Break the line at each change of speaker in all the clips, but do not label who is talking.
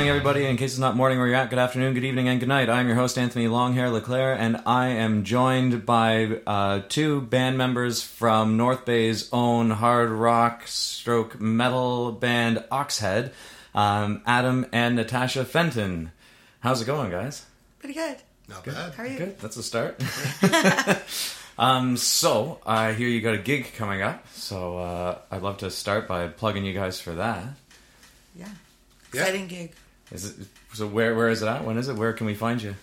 everybody. In case it's not morning where you're at, good afternoon, good evening, and good night. I'm your host, Anthony Longhair LeClaire, and I am joined by uh, two band members from North Bay's own hard rock stroke metal band Oxhead, um, Adam and Natasha Fenton. How's it going, guys?
Pretty good.
Not bad.
How are you?
Good. That's a start. um, so I hear you got a gig coming up. So uh, I'd love to start by plugging you guys for that.
Yeah.
Yeah.
Exciting gig.
Is it so? Where where is it at? When is it? Where can we find you?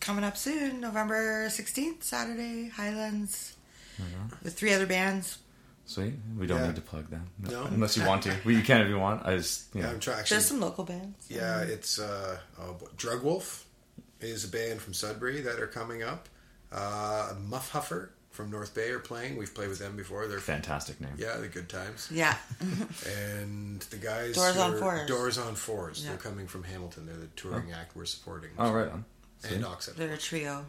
Coming up soon, November 16th, Saturday, Highlands, with three other bands.
Sweet. We don't
Yeah.
need to plug them
No.
unless you want to. Well, you can if you want. I just you
Yeah,
know.
I'm trying. Actually,
There's some local bands.
yeah, it's uh, oh, boy. Drug Wolf is a band from Sudbury that are coming up. Uh, Muff Huffer from North Bay are playing. We've played with them before. They're
fantastic name.
yeah, they're good times.
Yeah.
And the guys
Doors
who
on
are-
Fours.
Doors on Fours.
Yeah.
They're coming from Hamilton. They're the touring act we're supporting.
All Oh, right. On.
And Oxford.
They're a trio.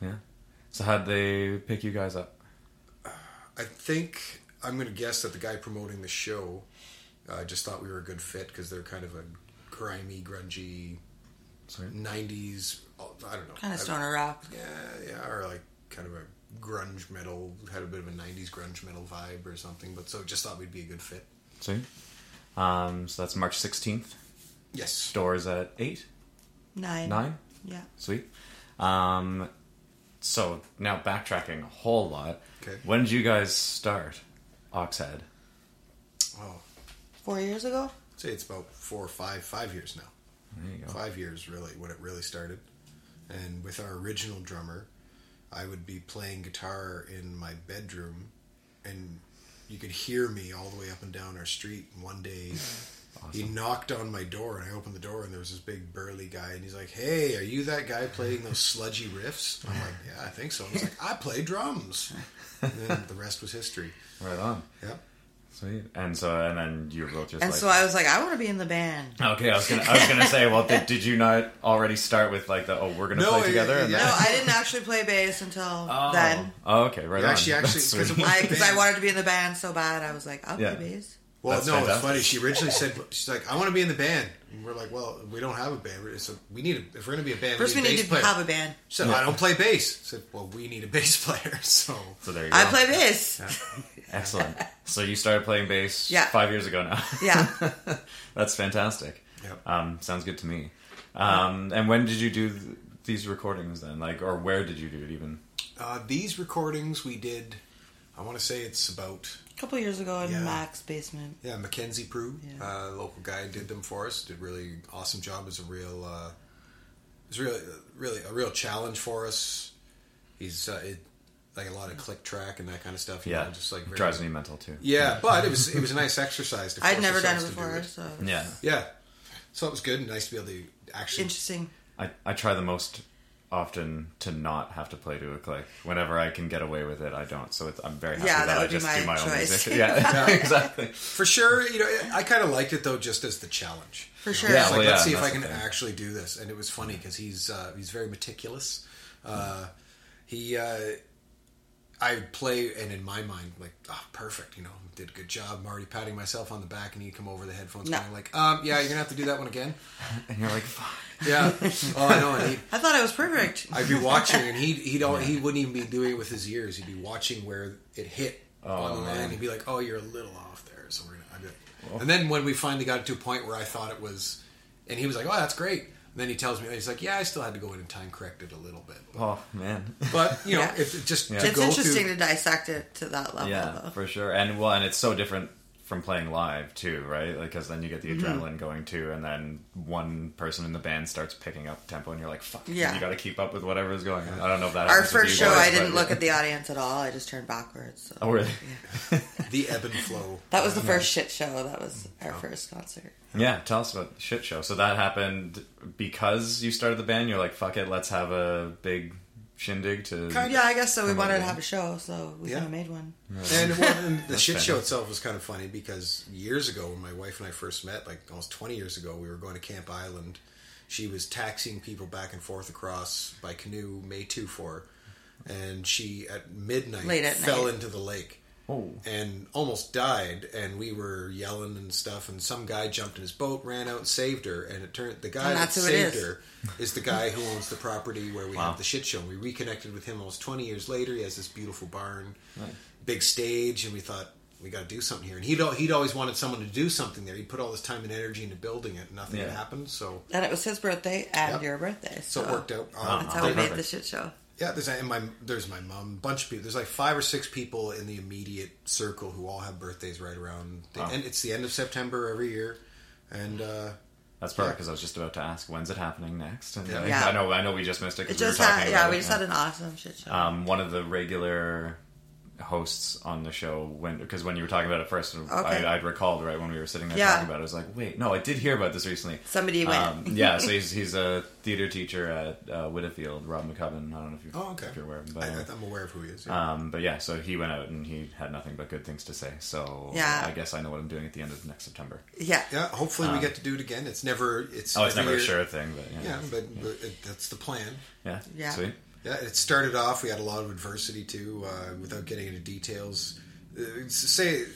Yeah. So how'd they pick you guys up?
I think I'm going to guess that the guy promoting the show uh, just thought we were a good fit because they're kind of a grimy, grungy
Sorry.
'90s. I don't know.
Kind
I-
of stoner rock.
Yeah, yeah, or like kind of a grunge metal, had a bit of a 90s grunge metal vibe or something, but so just thought we'd be a good fit.
Sweet. Um, so that's March sixteenth.
Yes.
Doors at eight
Nine.
nine.
Yeah.
Sweet. Um, so now backtracking a whole lot.
Okay.
When did you guys start Oxhead?
Oh,
Four years ago?
I'd say it's about four or five, five years now.
There you go.
Five years, really, when it really started. And with our original drummer, I would be playing guitar in my bedroom, and you could hear me all the way up and down our street. And one day, he knocked on my door, and I opened the door, and there was this big burly guy, and he's like, "Hey, are you that guy playing those sludgy riffs?" I'm like, "Yeah, I think so." And he's like, "I play drums," and then the rest was history.
Right on.
Yep.
Sweet. And so and then you wrote just
And
like
so I was like, I want to be in the band.
Okay, I was gonna I was gonna say, well, did, did you not already start with like the oh we're gonna
No,
play
yeah,
together?
yeah,
and
yeah.
No,
then-
I didn't actually play bass until
oh.
then.
oh, okay, right.
Yeah,
on.
she actually-
That's
'cause
sweet.
it was-
Because I, wanted to be in the band so bad, I was like, I'll
Yeah.
play bass.
Well,
That's
no, it's
fantastic.
funny. She originally said she's like, "I want to be in the band." And we're like, "Well, we don't have a band. We're- So we need a, if we're going to be a band,
First, we
we need a
need
bass
to
player."
have a band.
She said, "I don't play bass." I said, "Well, we need a bass player." So
so there you go.
I play bass.
Excellent. So you started playing bass
Yeah.
five years ago now.
Yeah.
That's fantastic.
Yep. Uh-huh.
Um, sounds good to me. Um, and when did you do th- these recordings then? Like, or where did you do it even?
uh, these recordings we did. I want to say it's about
A couple years ago in
Yeah.
Mac's basement.
yeah Mackenzie Prue,
Yeah.
uh, local guy, did them for us. Did a really awesome job. It was a real, uh, it was really, really a real challenge for us. He's uh, it, like a lot of click track and that kind of stuff. you
Yeah,
know, just like very-
drives me mental too.
Yeah, but it was it was a nice exercise. To
I'd
force
never done it
ourselves to do
before, so it was
Yeah,
Yeah, so it was good and nice to be able to actually.
interesting.
I, I try the most often to not have to play to a click. Whenever I can get away with it, I don't. So it's, I'm very happy
Yeah,
that,
that
I
would be
just
my
do my own
choice.
music. Yeah, exactly.
For sure, you know, I kind of liked it though, just as the challenge.
For
You know,
sure.
it's
Yeah,
like,
well,
let's
yeah,
see if
that's
I can
the thing.
actually do this, and it was funny because he's uh, he's very meticulous.
Hmm.
Uh, he, uh, I play, and in my mind, like, oh, perfect, you know, did a good job. I'm already patting myself on the back, and he come over the headphones,
No.
kind of like, um, yeah, you're gonna have to do that one again.
And you're like, fuck.
Yeah, oh, I know, and he
I thought it was perfect.
I'd be watching, and he'd he'd all, he wouldn't even be doing it with his ears. He'd be watching where it hit on the line. He'd be like, "Oh, you're a little off there." So we're gonna. I'd be like, and then when we finally got it to a point where I thought it was, and he was like, "Oh, that's great." And then he tells me, he's like, "Yeah, I still had to go in and time correct it a little bit."
Oh man.
But you know,
Yeah.
if it just to
it's
go
interesting
through,
to dissect it to that level.
Yeah,
though.
for sure. And well, and it's so different from playing live too, right? Like, because then you get the
Mm-hmm.
adrenaline going too, and then one person in the band starts picking up tempo, and you're like, fuck,
Yeah.
you got to keep up with whatever is going. on. I don't know if that.
Our
happens with
first
you
show,
guys,
I didn't
but-
look at the audience at all. I just turned backwards. So.
Oh really?
the ebb and flow.
That was the first shit show. That was our
Oh.
first concert.
Yeah, tell us about the shit show. So that happened because you started the band. You're like, fuck it, let's have a big shindig to.
Hmm.
Yeah, I guess so. We
Promote
wanted to
it.
have a show, so we
Yeah.
kind of made one.
And, well, and the shit
fair
show
enough.
itself was kind of funny because years ago, when my wife and I first met, like almost 20 years ago, we were going to Camp Island. She was taxiing people back and forth across by canoe May 2 4. And she, at midnight,
Late at
fell
night.
into the lake.
Oh.
and almost died and we were yelling and stuff and some guy jumped in his boat ran out and saved her and it turned the guy
And
that
that's who it
saved
is.
her is the guy who owns the property where we
Wow.
have the shit show and we reconnected with him almost 20 years later he has this beautiful barn big stage and we thought we got to do something here and he'd, al- he'd always wanted someone to do something there he'd put all this time and energy into building it and nothing had
Yeah.
happened so
And it was his birthday and
Yep.
your birthday.
so
So,
it worked out Uh-huh.
Wow.
That's how we made
Perfect.
the shit show.
Yeah, there's and my there's my mom, bunch of people. There's like five or six people in the immediate circle who all have birthdays right around. The
Wow.
end, it's the end of September every year, and uh,
That's perfect because I was just about to ask when's it happening next. And I-
Yeah.
I know, I know, we just missed it. 'cause
It just
we were talking
had,
about
yeah,
it,
we just had an awesome shit show.
Uh,
um, one of the regular hosts on the show when because when you were talking about it first, I, I'd recalled right when we were sitting there
Yeah.
talking about it. I was like, wait, no, I did hear about this recently. Um,
Somebody went.
yeah, so he's he's a theater teacher at uh, Whittefield, Rob McCubbin. I don't know if, you
oh okay,
if you're aware, but.
I,
uh,
I, am aware of who he is. yeah.
um, but yeah, so he went out and he had nothing but good things to say. So
Yeah.
I guess I know what I'm doing at the end of next September.
yeah.
yeah, hopefully we get to do it again. It's never it's
Um, Oh, it's
every
never a
year-
sure thing, but
Yeah,
yeah,
but, but it, that's the plan.
yeah,
Yeah.
sweet.
Yeah, it started off. We had a lot of adversity too. Uh, without getting into details, uh, s- say it,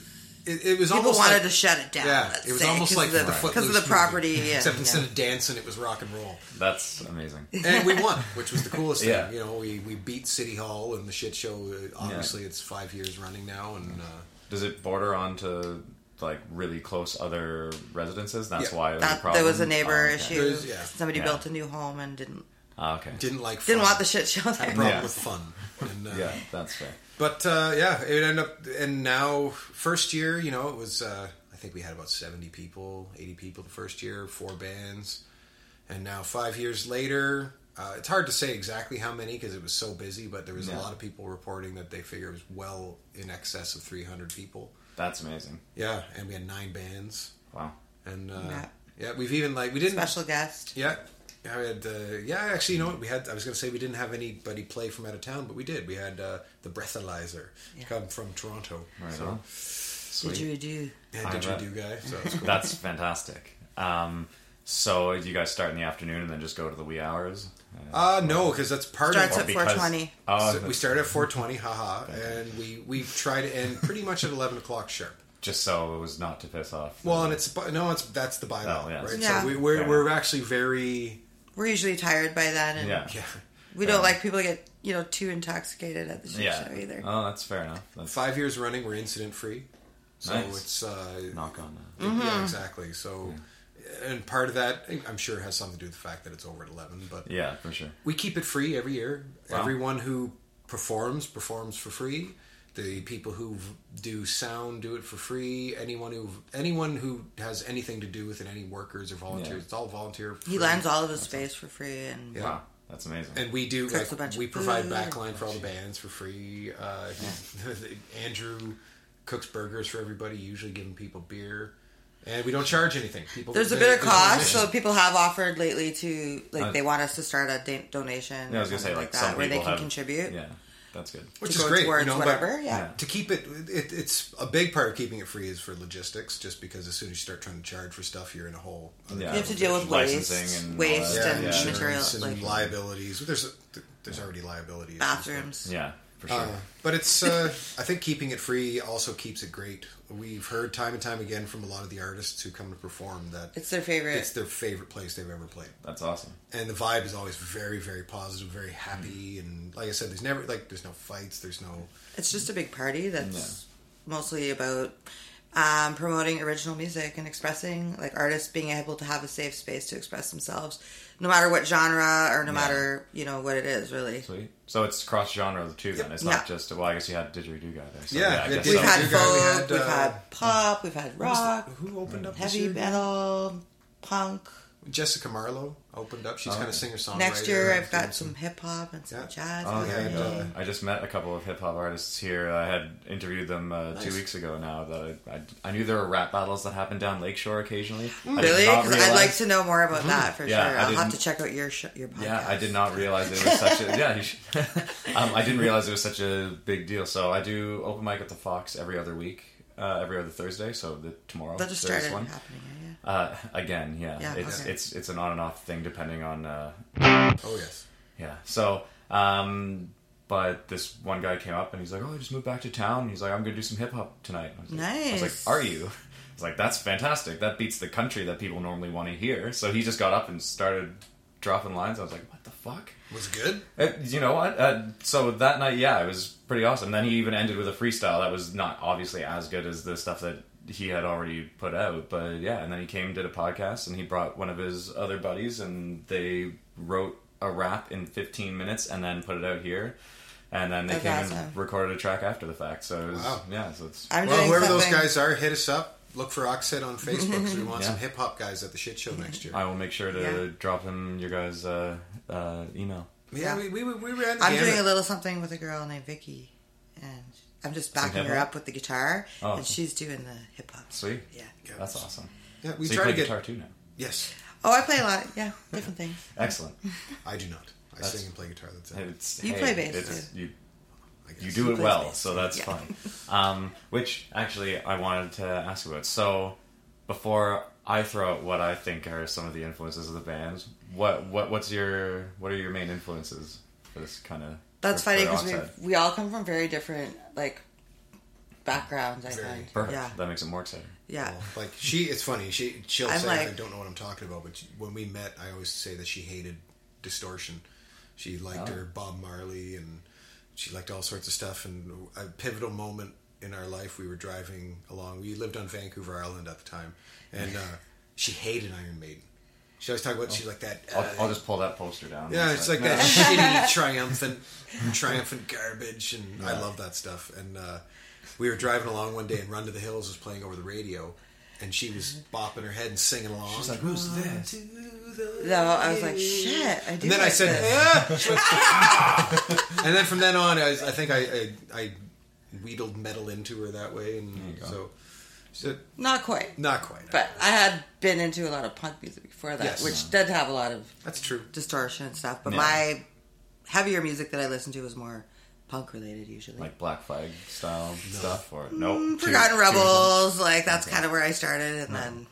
it was
People
almost
wanted
like-
to shut it down.
Yeah,
let's
it was
say,
almost
'cause
like
of the,
the
because of
Footloose
the
movie,
property. and-
except
yeah.
instead of dancing, it was rock and roll.
That's amazing.
and we won, which was the coolest
Yeah.
thing. You know, we, we beat City Hall and the shit show. uh, Obviously, it's five years running now, and uh,
Does it border onto like really close other residences? That's
Yeah.
why it was a
that,
problem.
there was a neighbor
Oh, okay.
issue.
There's- yeah.
Somebody
Yeah.
built a new home and didn't
Ah, okay.
didn't like fun.
didn't want the shit show there.
problem
Yeah.
with fun. And, uh,
Yeah, that's fair.
But uh, yeah, it ended up. And now, first year, you know, it was. Uh, I think we had about seventy people, eighty people the first year, four bands, and now five years later. Uh, it's hard to say exactly how many because it was so busy, but there was
Yeah.
a lot of people reporting that they figure it was well in excess of 300 people.
That's amazing.
Yeah, and we had nine bands.
Wow.
And uh,
Yeah.
yeah. we've even like we didn't.
Special guest.
Yeah, yeah, we had. Uh, yeah, actually, you know what? We had. I was going to say we didn't have anybody play from out of town, but we did. We had uh, the breathalyzer come from Toronto.
Right
so,
on.
Did
Sweet.
you do?
Yeah,
I
did you
bet.
do, guy? So it's cool.
That's fantastic. Um, so you guys start in the afternoon and then just go to the wee hours.
uh, no, because that's part
Starts
of.
at
Our,
4:20.
Oh,
so we started at 4:20, haha, and we we try to end pretty much at 11 o'clock sharp.
just so it was not to piss off.
Well, and it's no, it's that's the bylaw,
Oh, yeah.
right?
Yeah.
So we, we're
Fair
we're actually very
We're usually tired by then, and
yeah,
yeah.
we don't like people to get you know too intoxicated at the shit
yeah.
show either.
Oh, that's fair enough. That's
Five years running, we're incident free. So
Nice.
it's uh,
knock on that.
Yeah, exactly. So, and part of that, I'm sure, has something to do with the fact that it's over at 11. But
Yeah, for sure.
we keep it free every year.
Wow.
Everyone who performs performs for free. The people who v- do sound do it for free. Anyone who anyone who has anything to do with it, any workers or volunteers,
Yeah.
it's all volunteer.
He
free.
lends all of his space for free, and
Yeah.
Wow, that's amazing.
And we do
Cooks a
like
bunch
we
of
provide
food.
backline for all the bands for free. Uh, Andrew cooks burgers for everybody. Usually giving people beer, and we don't charge anything. People
there's a
there-
bit of
there's no
cost.
admission.
So people have offered lately to like
Uh,
they want us to start a da- donation.
yeah, I was
or
gonna say
something
like, some
where they
people
can
have-
contribute.
Yeah, that's good.
which
to
is
go
great,
towards
you know, but-
whatever. yeah.
Yeah.
to keep it, it it's a big part of keeping it free is for logistics just because as soon as you start trying to charge for stuff you're in a whole other
Yeah.
You have to deal with waste,
Licensing and all
waste
that.
and
Yeah, yeah.
materials,
and
like
liabilities there's there's already liability issues, but-
bathrooms.
Yeah, for sure.
uh, but it's uh, i think keeping it free also keeps it great we've heard time and time again from a lot of the artists who come to perform that
It's their favorite.
it's their favorite place they've ever played
that's awesome.
and the vibe is always very very positive very happy and like i said there's never like there's no fights there's no
It's just a big party that's mostly about um, promoting original music and expressing like artists being able to have a safe space to express themselves, no matter what genre or no matter you know what it is really.
Sweet. So it's cross genre too. Then it's not
Yeah.
just well. I guess you had didgeridoo guy there. So,
Yeah,
I
the
guess
We've
so.
didgeridoo-
had
we
folk,
had,
we've
uh,
had pop, we've had rock, Mm.
who opened up this
heavy
year?
metal, punk.
Jessica Marlowe opened up. She's kind of singer songwriter.
Next year, I've got some hip hop and some
Yeah.
jazz.
Oh,
music.
there you go.
uh,
I just met a couple of hip hop artists here. I had interviewed them uh, two
Nice.
weeks ago. Now that I, I, I knew there were rap battles that happened down Lakeshore occasionally. I did
Really?
not
'Cause I'd like
realize- Mm-hmm.
to know more about that for
Yeah,
sure.
I
I'll have
didn't-
to check out your sh- your podcast.
Yeah, I did not realize it was such a yeah. You should, um, I didn't realize it was such a big deal. So I do open mic at the Fox every other week, uh, every other Thursday. So the tomorrow
That just
there's
started
one.
happening. Yeah. yeah.
Uh, again, yeah,
Yeah,
it's
okay.
it's it's an on and off thing depending on uh,
Oh yes.
yeah. So, um, But this one guy came up and he's like, "Oh, I just moved back to town." He's like, "I'm gonna do some hip hop tonight." I was like, I was
Nice.
like, "Are you?" I was like, "That's fantastic. That beats the country that people normally want to hear." So he just got up and started dropping lines. I was like, "What the fuck?"
Was it good?
Uh, you know what? Uh, so that night, yeah, it was pretty awesome. Then he even ended with a freestyle that was not obviously as good as the stuff that he had already put out, but yeah. And then he came, did a podcast, and he brought one of his other buddies, and they wrote a rap in 15 minutes and then put it out here. And then they
That's
came
awesome.
and recorded a track after the fact. So it was,
Wow.
yeah, so it's
I'm
Well,
doing
whoever
something.
those guys are, hit us up. Look for Oxhead on Facebook 'cause we want
Yeah.
some hip hop guys at the shit show next year.
I will make sure to
Yeah.
drop him your guys' uh, uh, email.
Yeah.
yeah, We, we, we ran the
I'm
gamut.
doing a little something with a girl named Vicky, and I'm just backing her
hip-hop?
up with the guitar,
Oh.
and she's doing the hip hop.
Sweet,
Yeah.
Yeah.
that's awesome.
Yeah, we
so you
try
play
to get
guitar too now.
yes.
Oh, I play a lot. Yeah, different things.
Excellent.
I do not. I
That's-
sing and play guitar. That's it.
It's,
You
hey,
play bass,
it's- You,
I guess.
you do it
plays
well,
bass.
so that's
Yeah.
fine. Um, which actually, I wanted to ask about. So, before I throw out what I think are some of the influences of the band, what what what's your what are your main influences for this kind of?
That's
for-
funny
for
because we
Oxide?
we all come from very different like backgrounds. I
Very.
find.
perfect.
Yeah.
That makes it more exciting.
Yeah.
Well, Oh, like she, it's funny. She she'll
I'm
say
like-
I don't know what I'm talking about, but she- when we met, I always say that she hated distortion. She liked
Oh.
her Bob Marley and she liked all sorts of stuff. And a pivotal moment in our life, we were driving along. We lived on Vancouver Island at the time, and uh, she hated Iron Maiden. She always talked about she's like that.
I'll,
uh,
I'll just pull that poster down.
yeah, it's like that shitty triumphant, triumphant garbage, and I
Yeah.
love that stuff. And uh, we were driving along one day, and Run to the Hills was playing over the radio, and she was bopping her head and singing along. She's
like, "Who's this?"
No, I was like, shit. I do.
And then I
like
said,
this.
"Ah!" She went, "Ah!" and then from then on, I, was- I think I, I, I wheedled metal into her that way, and
go.
so, so
not quite,
not quite.
but I had been into a lot of punk music before that,
Yes. Uh-huh.
which did have a lot of
That's true.
distortion and stuff. But
Yeah.
my heavier music that I listened to was more punk related usually.
Like Black Flag style stuff, or no?
Mm,
Nope, two-
Forgotten
two-
Rebels, like that's kind of where I started, and then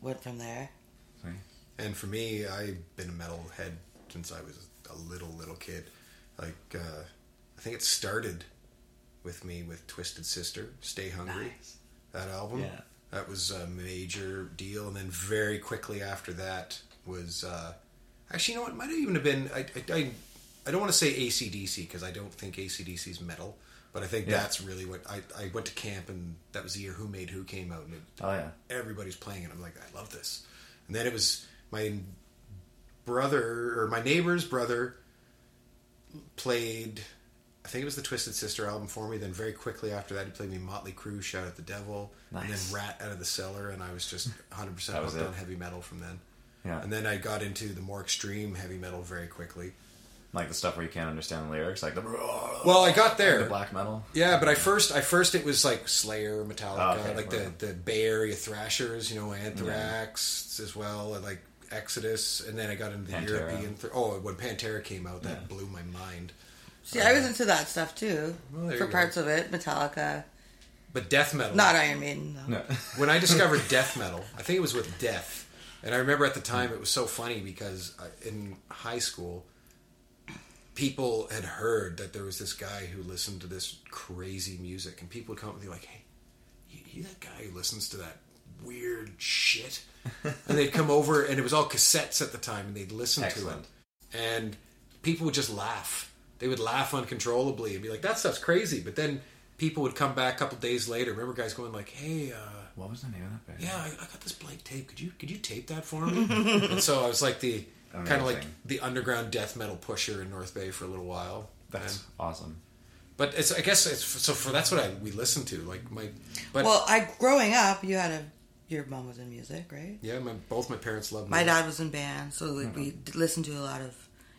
went from there.
And for me, I've been a metalhead since I was a little little kid. Like uh, I think it started with me with Twisted Sister, Stay Hungry, that album.
Yeah.
That was a major deal, and then very quickly after that was uh, actually you know what it might have even have been I I, I, I don't want to say ACDC because I don't think ACDC is metal, but I think
Yeah.
that's really what I I went to camp and that was the year Who Made Who came out and it
Oh yeah.
everybody's playing it. I'm like, I love this. And then it was my brother or my neighbor's brother played. I think it was the Twisted Sister album for me. Then very quickly after that, he played me Motley Crue, Shout at the Devil, and
Nice.
then Rat out of the Cellar, and I was just 100 percent
That was
hooked
it.
on heavy metal from then.
Yeah.
And then I got into the more extreme heavy metal very quickly.
Like the stuff where you can't understand the lyrics, like the
Well, I got there.
the black metal.
Yeah, but I first, I first it was like Slayer, Metallica,
Oh, okay,
like
right.
the the Bay Area thrashers, you know, Anthrax as well, and like Exodus, and then I got into the
Pantera.
European. Thr- oh, when Pantera came out, that
Yeah.
blew my mind.
See, I was into that stuff too
Well, there
for
you go.
parts of it. Metallica,
But death metal,
not Iron Maiden. Though.
No.
when I discovered death metal, I think it was with Death, and I remember at the time it was so funny because I, in high school, people had heard that there was this guy who listened to this crazy music, and people would come up and be like, "Hey, you, you that guy who listens to that weird shit?" and they'd come over, and it was all cassettes at the time, and they'd listen
Excellent.
to it, and people would just laugh. They would laugh uncontrollably and be like, "That stuff's crazy," but then. People would come back a couple days later. Remember, guys going like, "Hey, uh,
What was the name of that band?
yeah, I, I got this blank tape. Could you could you tape that for me? and so I was like the kind of like
Amazing.
the underground death metal pusher in North Bay for a little while.
That's
And-
awesome.
but it's I guess it's so for that's what I we listened to like my but
Well, I growing up, you had a your mom was in music, right?
yeah my both my parents loved
My
me.
dad was in band, so like, we d- listened to a lot of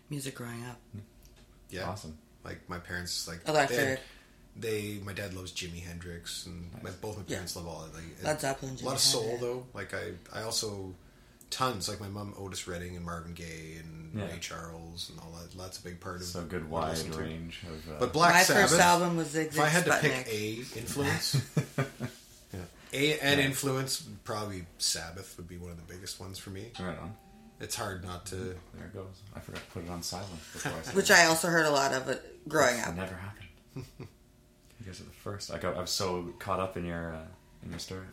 music growing up.
yeah
Awesome.
like my parents like
Electric.
They, they my dad loves Jimi Hendrix and my, both my parents love all that like
Led Zeppelin,
a lot of
Jimi
soul
Hendrix.
though like I I also tons like my mom Otis Redding and Marvin Gaye and
Yeah.
Ray Charles and all that that's a big part of
So good
what I
wide
listen to.
range of. Uh,
But Black
My
Sabbath.
first album was Zig
if I
Zag
had to pick
Sputnik.
a influence, yeah. a an influence, probably Sabbath would be one of the biggest ones for me.
right on.
it's hard not to.
There it goes. I forgot to put it on silent before I said
which
it.
I also heard a lot of it growing
It's
up.
Never happened. you guys are the first. I got. I was so caught up in your uh, in your story.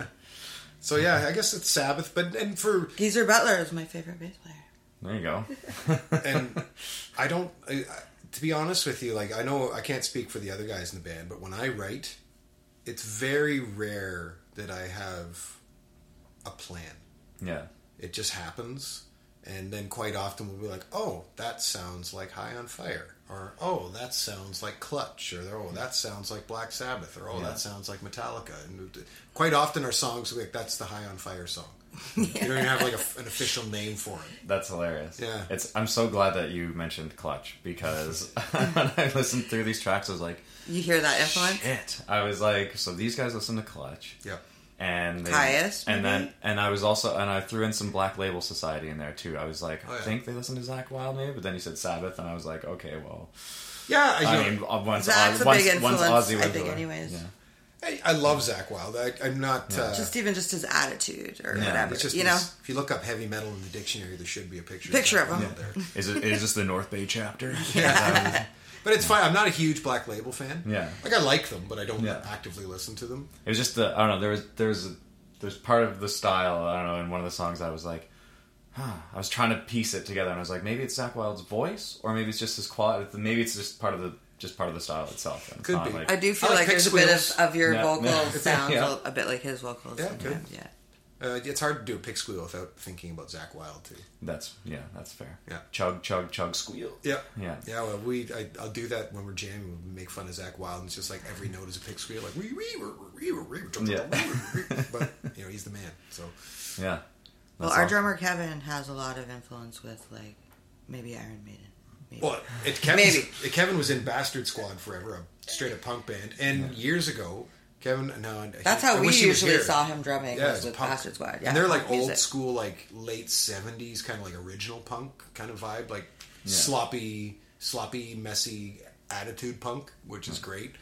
So yeah, I guess it's Sabbath, but and for
Geezer Butler is my favorite bass player.
there you go.
and I don't. I, I, to be honest with you, like I know I can't speak for the other guys in the band, but when I write, it's very rare that I have a plan.
Yeah.
It just happens, and then quite often we'll be like, "Oh, that sounds like High on Fire," or "Oh, that sounds like Clutch," or "Oh, that sounds like Black Sabbath," or "Oh,
Yeah.
that sounds like Metallica." And it- quite often our songs will be like, "That's the High on Fire song." You don't even have like a, an official name for it.
That's hilarious.
Yeah.
It's I'm so glad that you mentioned Clutch because when I listened through these tracks I was like
You hear that influence?
shit. I was like, so these guys listen to Clutch
Yeah.
and they,
Caius,
and then
maybe?
and I was also and I threw in some Black Label Society in there too. I was like,
Oh,
I
yeah.
think they listen to Zach Wild maybe, but then you said Sabbath and I was like, okay, well
Yeah, you
I
know-
mean uh, once Oz-
Zach's a
once,
big
once
influence,
Ozzy
I
was
think,
there.
anyways.
Yeah.
I, I love Zach Wild. I, I'm not. Uh,
Just even just his attitude or
Yeah,
whatever.
it's just
you know,
If you look up heavy metal in the dictionary, there should be a picture.
Picture
Zakk
of him.
Wylde there.
Is it is this the North Bay chapter?
But it's fine. I'm not a huge Black Label fan.
Yeah.
Like I like them, but I don't
Yeah.
actively listen to them.
It was just the I don't know. There was there was a, there's part of the style I don't know in one of the songs I was like, huh. I was trying to piece it together and I was like, maybe it's Zach Wilde's voice or maybe it's just his quality. Maybe it's just part of the just part of the style itself. And it's
Could
not
be.
like-
I do feel
I like
like, there's a bit
pig
of, of your
Yeah,
vocal
yeah.
sounds
Yeah.
a, a bit like his vocals.
Yeah,
sometimes, yeah.
Uh, it's hard to do a pig squeal without thinking about Zach Wild too.
that's yeah, that's fair.
Yeah.
Chug chug chug squeal.
Yeah.
Yeah.
Yeah. Well, we I, I'll do that when we're jamming. We make fun of Zach Wild, and it's just like every note is a pig squeal, like wee wee wee wee wee wee.
Yeah.
But you know he's the man. So
Yeah.
Well,
That's
our
all.
drummer Kevin has a lot of influence with like maybe Iron Maiden. Maybe.
Well, it, Kevin's,
Maybe.
it, Kevin was in Bastard Squad forever, a straight up punk band. And years ago, Kevin, no, I-
That's
I
how we
wish he was
usually
here.
saw him drumming
Yeah,
was
it's
with
punk.
Bastard Squad. Yeah,
and they're like
punk
old
music.
school, like late seventies, kind of like original punk kind of vibe, like
Yeah.
sloppy, sloppy, messy attitude punk, which is great.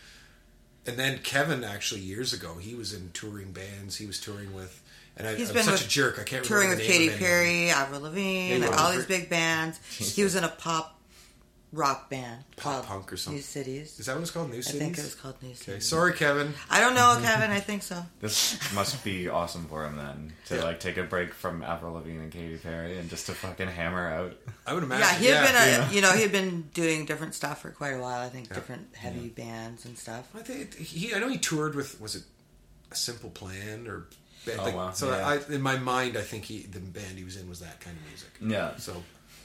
And then Kevin, actually, years ago, he was in touring bands. He was touring with, and I, I'm
He's been
such
with-
a jerk. I can't
touring
remember
with
the name
Katy
of anyone.
Perry, Avril Lavigne,
Yeah,
like
yeah.
all these big bands. He was in a pop rock band
Pop
called
punk or something.
New Cities.
Is that what it's called? New
I
Cities.
think it was called New Cities.
Okay, sorry, Kevin.
I don't know, Kevin. I think so.
This must be awesome for him then to
Yeah.
like take a break from Avril Lavigne and Katy Perry and just to fucking hammer out.
I would imagine.
Yeah, he had been, a,
yeah.
you know, he had been doing different stuff for quite a while. I think different heavy bands and stuff.
I think he. I know he toured with. Was it a Simple Plan or? Band,
Oh,
like,
wow,
So
yeah.
I, in my mind, I think he the band he was in was that kind of music.
Yeah.
So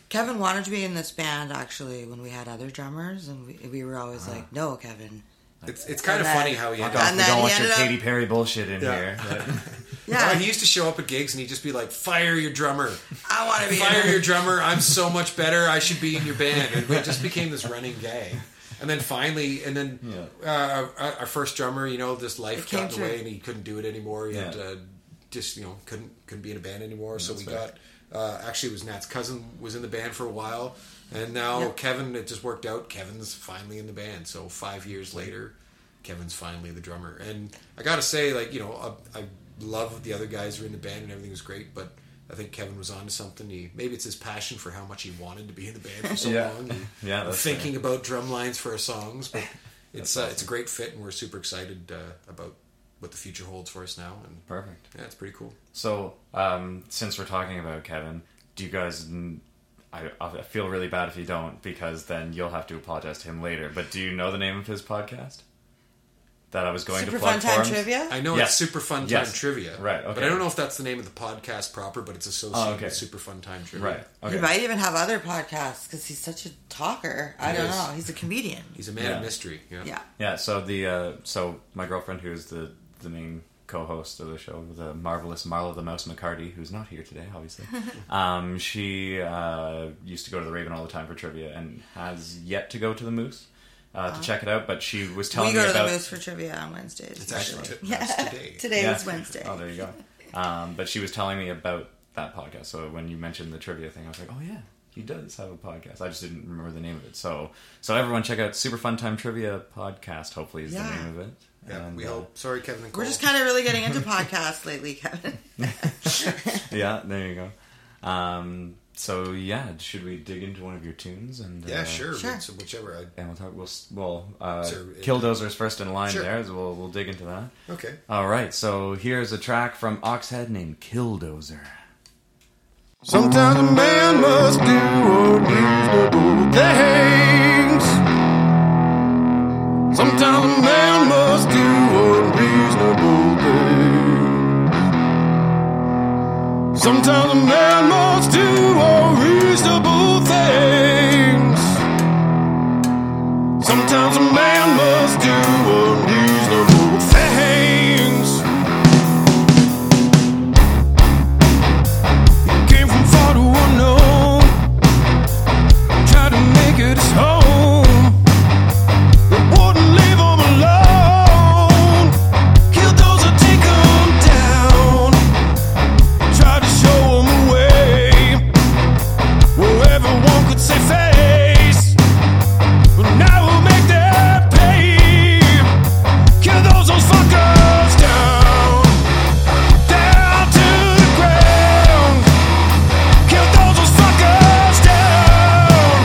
Kevin wanted to be in this band actually when we had other drummers, and we, we were always like, "No, Kevin."
it's it's kind of
And then-
funny how he.
Fuck
Ended
off,
up.
And
we
then
don't
he
want your
ended up-
Katy Perry bullshit in
Yeah.
here. But-
Yeah,
Oh, he used to show up at gigs and he'd just be like, "Fire your drummer,
I want to be.
fire your drummer. I'm so much better. I should be in your band." And it just became this running gag. And then finally, and then
Yeah.
uh, our, our first drummer, you know, this life
It came
got in the way,
through.
and he couldn't do it anymore. He had
Yeah.
uh, just you know couldn't couldn't be in a band anymore. so we
that's fair.
got uh, actually it was Nat's cousin was in the band for a while, and now
Yep.
Kevin. It just worked out. Kevin's finally in the band. So five years later, Kevin's finally the drummer. And I gotta say, like you know, I, I love the other guys who were in the band and everything was great, but. I think Kevin was onto something. He maybe it's his passion for how much he wanted to be in the band for so
Yeah.
long. and
Yeah, that's fair.
thinking about drum lines for our songs, but it's uh,
awesome.
it's a great fit, and we're super excited uh, about what the future holds for us now. And
Perfect.
yeah, it's pretty cool.
So, um, since we're talking about Kevin, do you guys? I, I feel really bad if you don't, because then you'll have to apologize to him later. But do you know the name of his podcast that I was going
Super
to plug
fun time
for him?
trivia.
I know
Yes.
it's super fun time
Yes.
trivia,
Right,
But
okay.
I don't know if that's the name of the podcast proper, but it's associated
Oh, okay.
with super fun time trivia.
Right.
He
Okay.
might even have other podcasts because he's such a talker. I
He
don't
is.
know. He's a comedian.
He's a man
Yeah.
of mystery. Yeah.
yeah.
Yeah. So the uh, so my girlfriend, who is the the main co-host of the show, the marvelous Marla the Mouse McCarty, who's not here today, obviously. um, she uh, used to go to the Raven all the time for trivia, and has yet to go to the Moose uh, to check it out. But she was telling
Ah. We go
me
to the
about
Moose for trivia on Wednesdays.
It's actually t-
Yeah.
that's today.
Today
Yeah.
is Wednesday.
Oh, there you go. Um, but she was telling me about that podcast. So when you mentioned the trivia thing, I was like, oh yeah, he does have a podcast. I just didn't remember the name of it. So so everyone check out Super Fun Time Trivia podcast. Hopefully is the
Yeah.
name of it.
Yeah,
And,
we
uh,
hope. Sorry, Kevin and Cole.
We're just kind of really getting into podcasts lately, Kevin.
yeah, there you go. Um, so yeah, should we dig into one of your tunes and
Yeah,
uh,
sure.
Sure.
So whichever. I,
And we'll talk. We'll s- well uh,
So, uh,
Killdozer's first in line
Sure.
there. So we'll we'll dig into that.
okay.
All right. So here's a track from Oxhead named Killdozer.
Sometimes a man must do unreasonable things. Sometimes a man must do unreasonable things. Sometimes a man must do unreasonable things. Sometimes a man must do unreasonable things. Came from far to unknown. Tried to make it his home. They wouldn't leave him alone. Killed those that take him down. Tried to show him a way. Where everyone could say face. But now we'll make that pay. Kill those old fuckers down. Down to the ground. Kill those old fuckers down,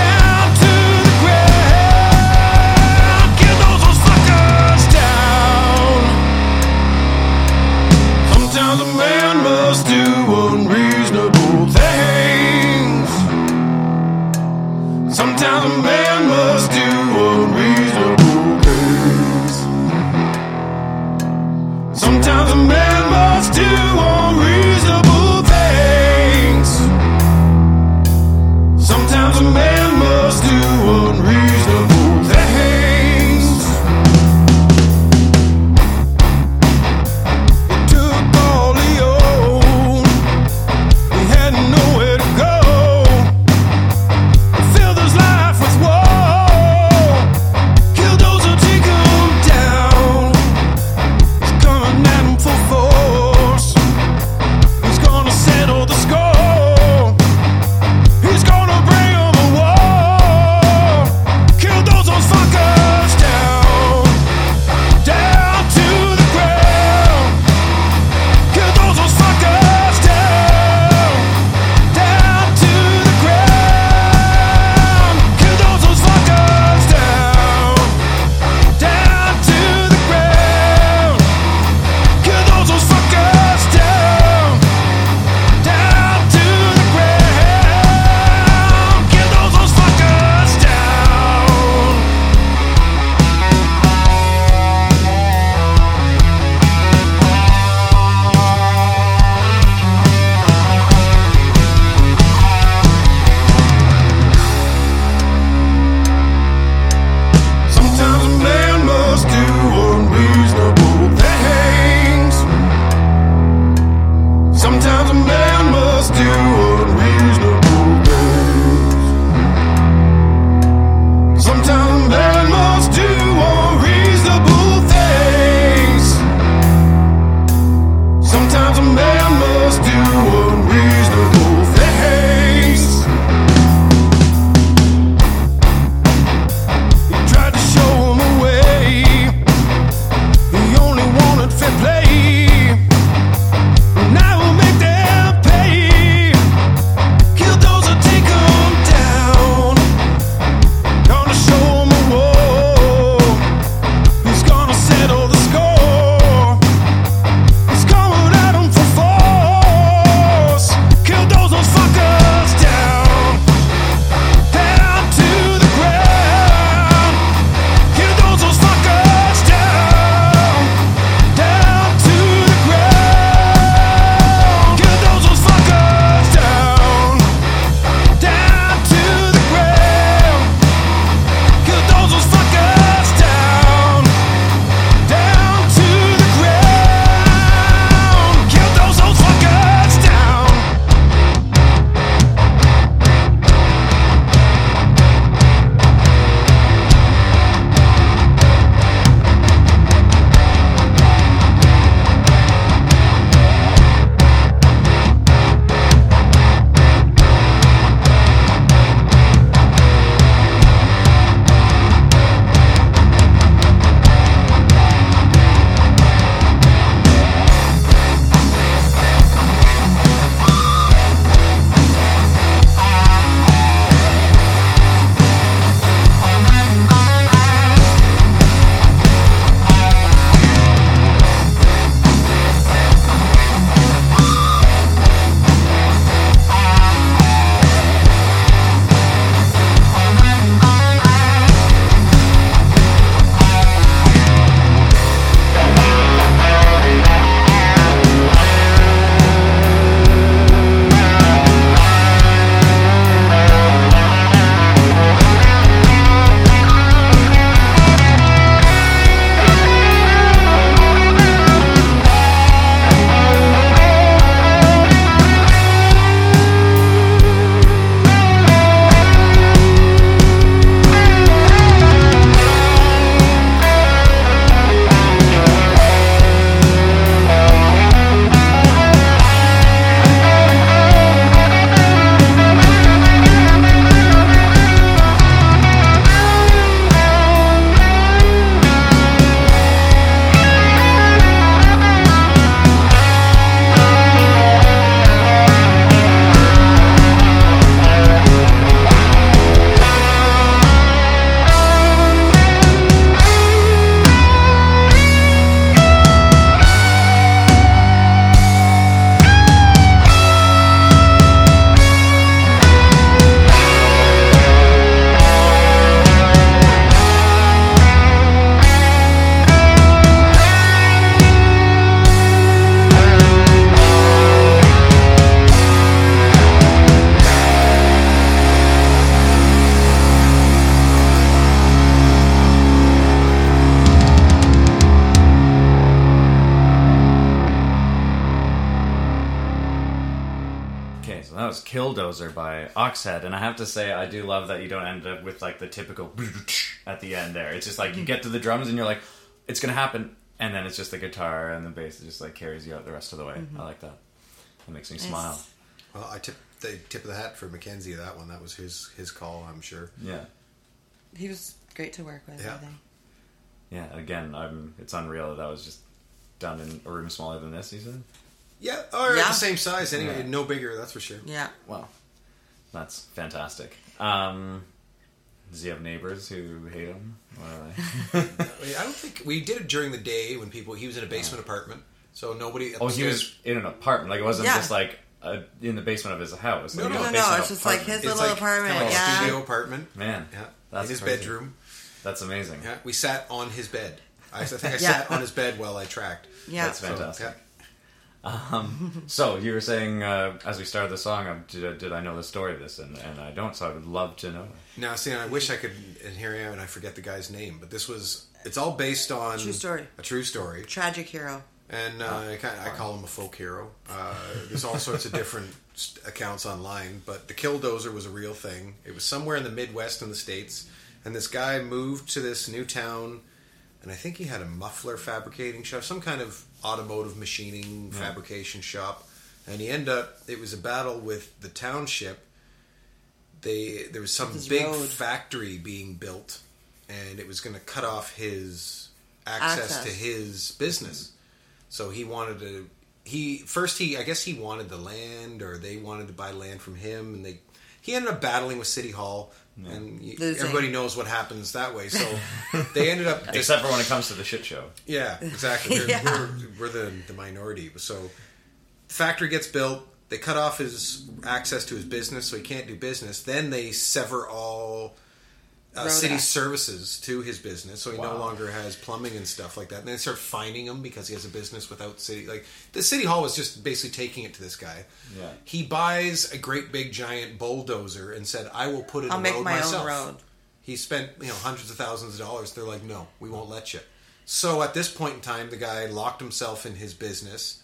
down to the ground. Kill those old fuckers down. Sometimes a man must do unreasonable things. Sometimes a man must do unreasonable things. Sometimes a man must do unreasonable things. Sometimes a man must do unreasonable things. He took all he owned. He had nowhere to go. He filled his life with woe. Killed those who take him down. He's coming at him full force. He's gonna settle the score. He's gonna bring him a war.
was Killdozer by Oxhead, and I have to say I do love that you don't end up with like the typical at the end there. It's just like
Hmm.
you get to the drums and you're like, it's gonna happen, and then it's just the guitar and the bass that just like carries you out the rest of the way.
Mm-hmm.
I like that. That makes me smile.
Well, I tip the tip of the hat for Mackenzie that one. That was his his call, I'm sure.
Yeah.
He was great to work with.
Yeah.
I think.
Yeah, again, I'm, it's unreal that that was just done in a room smaller than this, you said?
Yeah, or
Yeah.
the same size anyway.
Yeah.
No bigger, that's for sure.
Yeah.
Wow. That's fantastic. Um, does he have neighbors who hate him? What are they?
I, mean, I don't think we did it during the day when people. He was in a basement apartment, so nobody.
Oh, he was in an apartment. Like, it wasn't
Yeah.
just like a, in the basement of his house.
No,
Like, it
no,
was
No,
a
no,
basement
it's just like his
apartment.
little
like
apartment.
kind of a
yeah.
studio apartment.
Man.
Yeah,
That's
in his
crazy.
bedroom.
That's amazing.
Yeah, we sat on his bed. I, I think I
Yeah.
sat on his bed while I tracked.
Yeah.
That's
So,
fantastic.
yeah.
So, you were saying uh, as we started the song, uh, did, did I know the story of this? And, and I don't, so I would love to know.
Now, see, and I wish I could. And here I am, and I forget the guy's name. But this was. It's all based on
True story.
A true story,
Tragic hero.
and uh,
Oh.
I, kind of, I call him a folk hero. Uh, there's all sorts of different s- accounts online, but the killdozer was a real thing. It was somewhere in the Midwest in the states, and this guy moved to this new town, and I think he had a muffler fabricating shop, some kind of automotive
Hmm.
machining fabrication shop, and he ended up. It was a battle with the township. They there was some
This
big
road.
factory being built, and it was going to cut off his access,
Access.
to his business. So he wanted to. He first he I guess he wanted the land, or they wanted to buy land from him, and they he ended up battling with City Hall, and y
Losing.
everybody knows what happens that way. So they ended up just-
Except for when it comes to the shit show.
yeah, exactly. We're,
Yeah.
we're, we're the, the minority. So, factory gets built. They cut off his access to his business, so he can't do business. Then they sever all uh,
Road
city
access.
services to his business, so he
Wow.
no longer has plumbing and stuff like that. And they start fining him because he has a business without city. Like the city hall was just basically taking it to this guy.
Yeah.
He buys a great big giant bulldozer and said, "I will put it
I'll
in
make
road
my own
myself."
road.
He spent you know hundreds of thousands of dollars. They're like, no, we won't let you. So at this point in time, the guy locked himself in his business,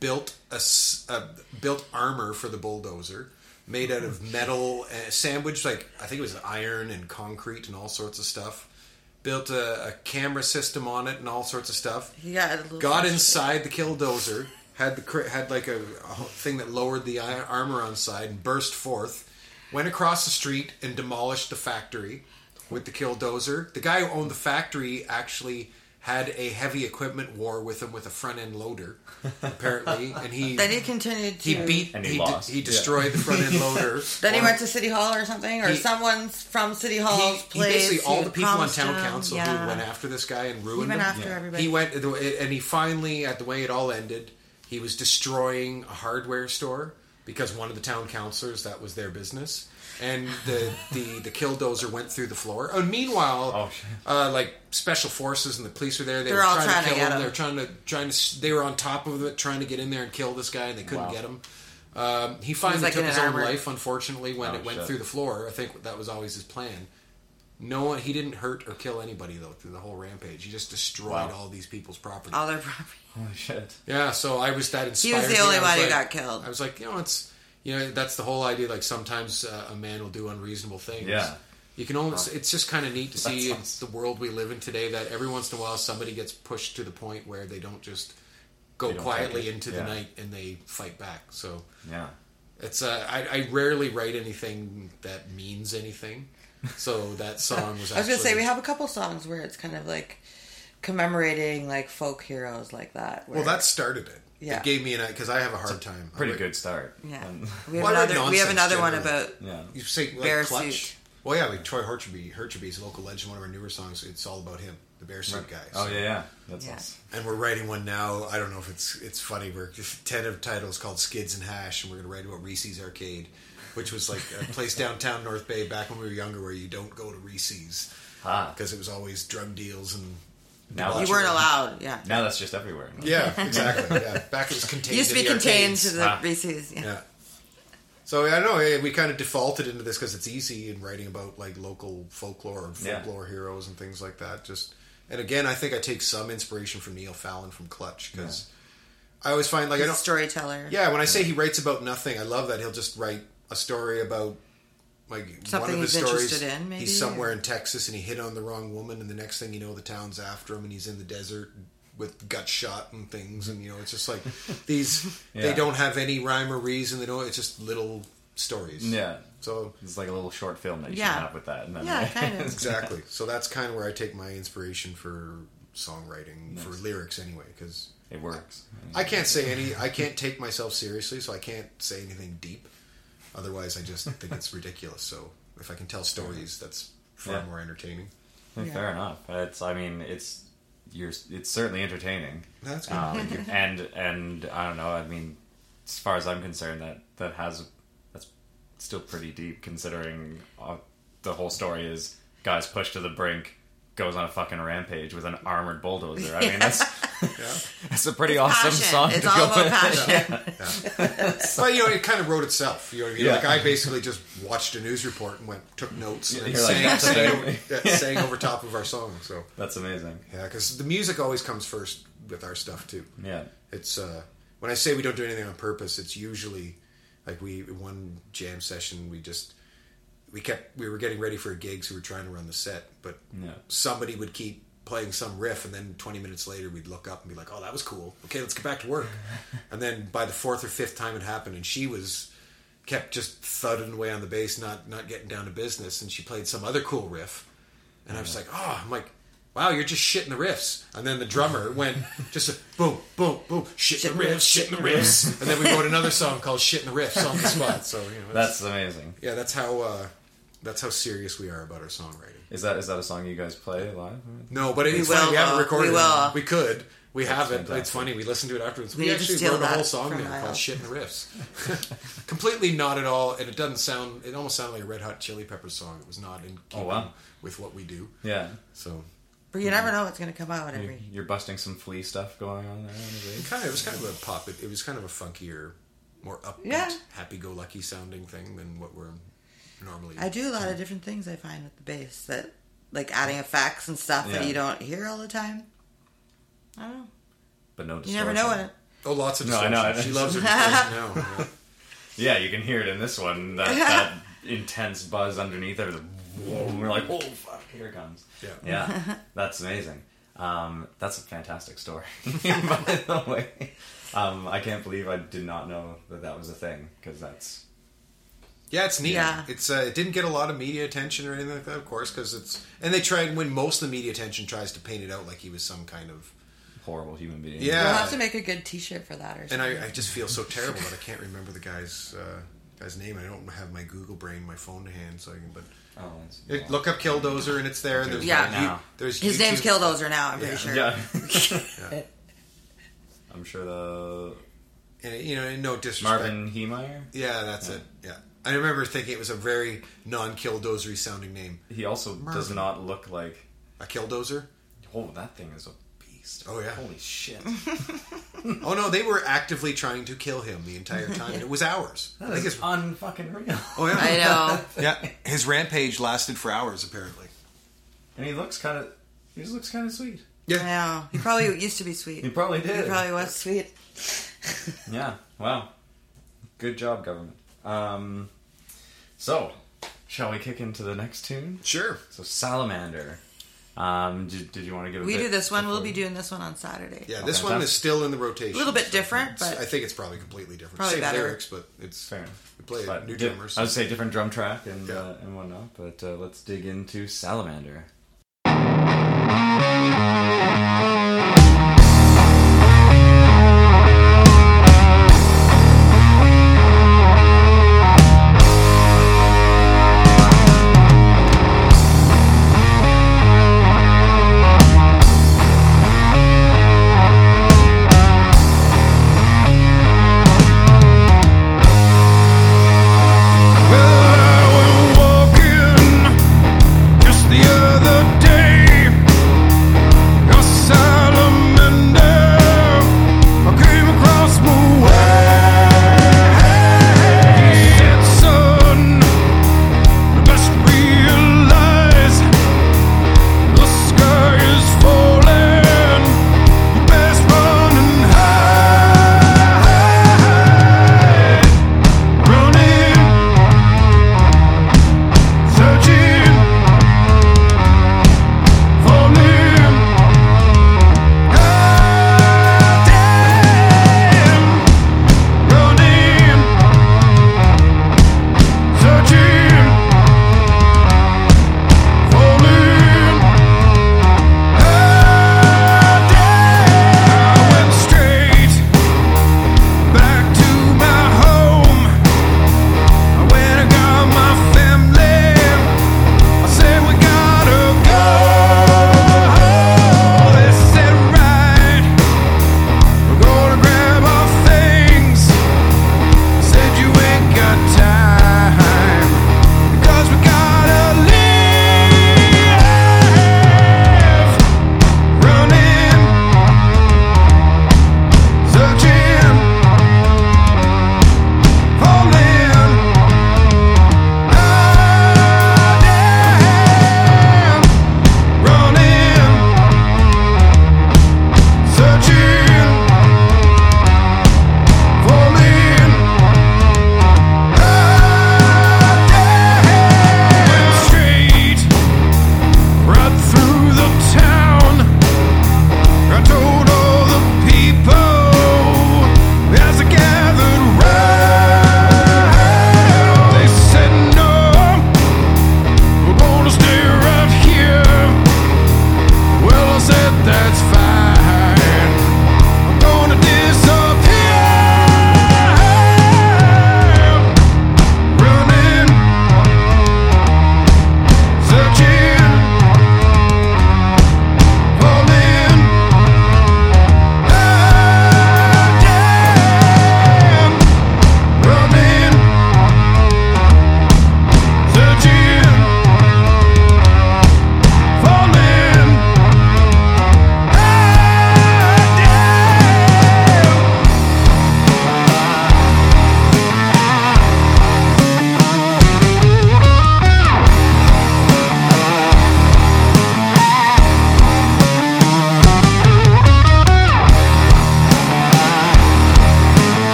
built a, s- a- built armor for the bulldozer, made out of metal, uh, sandwiched like I think it was iron and concrete and all sorts of stuff. Built a, a camera system on it and all sorts of stuff
He got a little
got
frustrated.
inside the killdozer, had the cr- had like a, a thing that lowered the i- armor on side and burst forth, went across the street and demolished the factory with the killdozer. The guy who owned the factory actually had a heavy equipment war with him with a front end loader, apparently, and he
Then he continued to.
he beat
And he
he, de-
lost.
he destroyed the front end loader.
Then he
on-
went to City Hall or something, or
He-
someone's from City
he,
Hall's
he
place.
basically all
had
the people on
promised
town
him,
council who went after this guy and ruined
He went
him.
after
Yeah.
everybody.
He went and he finally at the way it all ended, he was destroying a hardware store because one of the town councilors that was their business, and the the the killdozer went through the floor. And meanwhile,
Oh, shit.
uh, like special forces and the police were there. They
They're
were
all
trying,
trying to
to kill
get
him.
him.
They were trying to trying to s- they were on top of it trying to get in there and kill this guy, and they couldn't
Wow.
get him. Um, he finally
like,
took
in
his
an
own
armor.
life, unfortunately, when
Oh,
it went
shit.
through the floor. I think that was always his plan. No one. He didn't hurt or kill anybody though through the whole rampage. He just destroyed
Wow.
all these people's property.
all their property.
Holy shit.
yeah, so I was that
He
inspired.
was the
me.
only
I
one who
like-
got killed.
I was like, you know, it's you know that's the whole idea. Like sometimes uh, a man will do unreasonable things.
Yeah.
You can only. It's just kind of neat to see
sounds-
it's the world we live in today. That every once in a while somebody gets pushed to the point where they don't just go
don't
quietly
take it.
into
Yeah.
the night and they fight back. So
Yeah.
it's uh, I, I rarely write anything that means anything. So that song was.
I was
actually,
gonna say we have a couple songs where it's kind of like commemorating like folk heroes like that. where-
Well, that started it.
Yeah.
It gave me an because I have a hard time. I
Pretty
write-
good start.
yeah.
Um,
We have
Why
another.
would
we have
nonsense
another one
generally?
about
yeah.
You say like
Bear
clutch.
suit.
Well, yeah, like Troy Hortby, Hertby's local legend. One of our newer songs. It's all about him, the bear suit guy.
Oh, yeah, yeah. That's
Yeah.
awesome.
And we're writing one now. I don't know if it's it's funny. We're ten of titles called Skids and Hash, and we're going to write about Reese's Arcade, which was like a place downtown North Bay back when we were younger, where you don't go to Reese's
Ah.
because it was always drug deals and
Now
you
that's-
weren't allowed. Yeah.
Now that's just everywhere.
yeah, exactly. Yeah, back it was contained.
It used to
in
be
the
contained
arcades.
to the
Ah.
Reese's. Yeah.
Yeah. So I don't know. eh, We kind of defaulted into this because it's easy in writing about like local folklore, and
Yeah.
folklore heroes, and things like that. Just and again, I think I take some inspiration from Neil Fallon from Clutch because I always find like I
He's a
don't.
storyteller.
Yeah, when I say he writes about nothing, I love that he'll just write a story about like
Something
one of his
he's
stories.
interested in, maybe,
he's somewhere
or-
in Texas and he hit on the wrong woman, and the next thing you know, the town's after him, and he's in the desert with gut shot and things, and you know, it's just like these.
Yeah.
They don't have any rhyme or reason. They don't. It's just little stories.
Yeah.
So
It's like a little short film that you
Yeah.
should have with that. And then
Yeah, kind of.
exactly. so that's kind of where I take my inspiration for songwriting for lyrics anyway, because
It works.
I can't say any. I can't take myself seriously, so I can't say anything deep. Otherwise, I just think it's ridiculous. So if I can tell stories, that's far
Yeah.
more entertaining.
Yeah, Fair enough. It's. I mean, it's. You're. It's certainly entertaining.
That's good.
Um, and and I don't know. I mean, as far as I'm concerned, that that has that's still pretty deep considering uh, the whole story is guys pushed to the brink, goes on a fucking rampage with an armored bulldozer. I mean, that's
Yeah.
that's a pretty awesome
passion.
song
It's
to
all
go
about
with.
passion.
but you know, it kind of wrote itself. You know, what I mean?
Yeah.
like I basically just watched a news report and went took notes and then
You're like,
sang,
that's
sang,
amazing.
over, that sang over top of our song. So
That's amazing.
yeah, because the music always comes first with our stuff too.
Yeah.
It's uh, when I say we don't do anything on purpose, it's usually like we one jam session we just we kept we were getting ready for a gig, so we were trying to run the set, but
Yeah.
somebody would keep playing some riff, and then 20 minutes later we'd look up and be like, "Oh, that was cool. Okay, let's get back to work." and then by the fourth or fifth time it happened, and she was kept just thudding away on the bass, not not getting down to business, and she played some other cool riff, and I was like, "Oh, I'm like." Wow, you're just shitting the riffs, and then the drummer went just a boom, boom, boom, shit the riffs, shit the riffs, and then we wrote another song called "Shit in the Riffs" on the spot. So you know, it's-
That's amazing.
yeah, that's how uh, that's how serious we are about our songwriting.
Is that is that a song you guys play live?
No, but it's
will,
funny. We haven't
though.
recorded.
We
it.
will.
We could. We haven't. It's
fantastic.
funny. We listened to it afterwards. We,
need to
actually
steal
wrote a
that
whole song
from
now
Niall.
called "Shit in the Riffs." Completely not at all, and it doesn't sound. It almost sounded like a Red Hot Chili Peppers song. It was not in keeping
wow.
with what we do.
Yeah.
So
But you never know what's going to come out
You're,
every.
you're busting some flea stuff going on there. in the
kind of, it was kind of a pop. It, it was kind of a funkier, more upbeat,
Yeah.
happy-go-lucky sounding thing than what we're normally.
I do a lot of different things I find with the bass that, like adding effects and stuff
Yeah.
that you don't hear all the time. I don't know.
But no
You
distortion.
never know what. It,
Oh, lots of
No, I
distortion.
know.
She loves her distortion now. yeah.
Yeah, you can hear it in this one. That, that intense buzz underneath there. The whoa, and we're like, oh fuck, here it comes.
Yeah.
yeah, that's amazing. Um, that's a fantastic story, by the way. Um, I can't believe I did not know that that was a thing because that's
Yeah, it's neat.
Yeah.
It's uh, it didn't get a lot of media attention or anything like that, of course, because it's and they try and when most of the media attention tries to paint it out like he was some kind of.
horrible human being.
Yeah.
we'll have to make a good T-shirt for that or something.
And I, I just feel so terrible that I can't remember the guy's uh, guy's name. I don't have my Google brain, my phone to hand, so I can. But
Oh, that's,
it, look up Killdozer and it's there. And there's
Yeah.
you- there's
His name's
YouTube-
Killdozer now. I'm pretty
Yeah.
sure.
yeah. I'm sure the
And, you know, and no disrespect.
Marvin Heemeyer.
Yeah, that's it. Yeah, I remember thinking it was a very non-Killdozery sounding name.
He also does
Marvin.
not look like.
A Killdozer.
Oh, that thing is a beast.
Oh, yeah.
Holy shit.
Oh no, they were actively trying to kill him the entire time. and it was hours. I
That
think
is
it's.
unfucking real.
Oh yeah.
I know.
Yeah, his rampage lasted for hours apparently.
And he looks kind of. He just looks kind of sweet.
I know. He probably used to be sweet.
He probably
He
did.
probably was sweet.
Yeah. Wow. Good job, government. Um, so, shall we kick into the next tune?
Sure.
So, Salamander. Um, did, did you want to give? A
We
bit
do this one. We'll
before-
be doing this one on Saturday.
Yeah, this
Okay.
one is still in the rotation.
A little bit different,
It's- I
but
think it's probably completely different.
Probably
Same
better.
lyrics, but it's
Fair enough.
we play
But
new
di-
drummers.
I would say different drum track and
Yeah.
uh, and whatnot, but uh, let's dig into Salamander.
Just the other day, I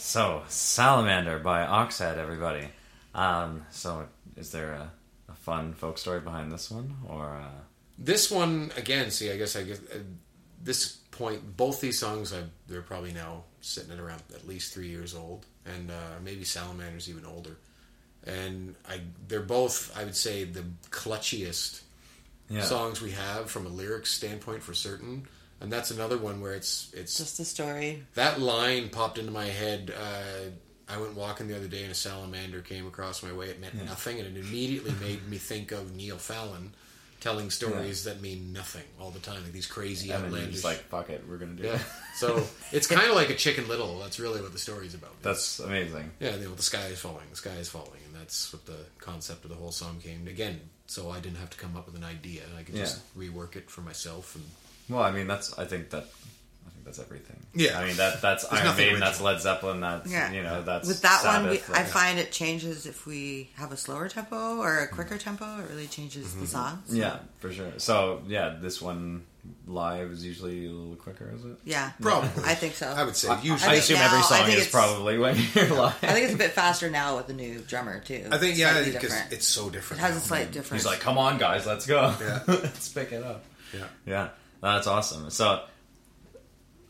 Salamander by Oxhead, everybody. Um, so, is there a, a fun folk story behind this one, or uh,
This one again. See, I guess I guess at this point, both these songs, I, they're probably now sitting at around at least three years old, and uh, maybe Salamander's even older. And I, they're both, I would say, the clutchiest
yeah,
songs we have from a lyrics standpoint for certain. And that's another one where it's it's
Just the story.
that line popped into my head. Uh, I went walking the other day, and a salamander came across my way. It meant nothing, and it immediately made me think of Neil Fallon telling stories that mean nothing all the time, like these crazy
and then you're
outlandish.
just like, fuck it, we're gonna do
yeah.
it.
So it's kind of like a Chicken Little. That's really what the story's about.
That's amazing.
yeah, you know, the sky is falling. The sky is falling, and that's what the concept of the whole song came again. So I didn't have to come up with an idea. I could just rework it for myself and
Well, I mean, that's I think that I think that's everything.
Yeah.
I mean that that's Iron
nothing
Maiden, that's
original.
Led Zeppelin, that's
Yeah.
you know that's
With that one, we,
Sabbath,
I
like-
find it changes if we have a slower tempo or a quicker tempo. It really changes the songs.
yeah, for sure. So yeah, this one live is usually a little quicker, is it?
Yeah.
Probably.
I think so.
I would say usually.
I
think
assume
now-
every
I
song
think
is
it's-
probably when you're live.
I think it's a bit faster now with the new drummer too.
I think yeah,
Slightly
because
different.
it's so different.
it has a
now.
slight difference.
He's like, "Come on, guys, let's go.
Yeah.
let's pick it up."
yeah.
Yeah, that's awesome. So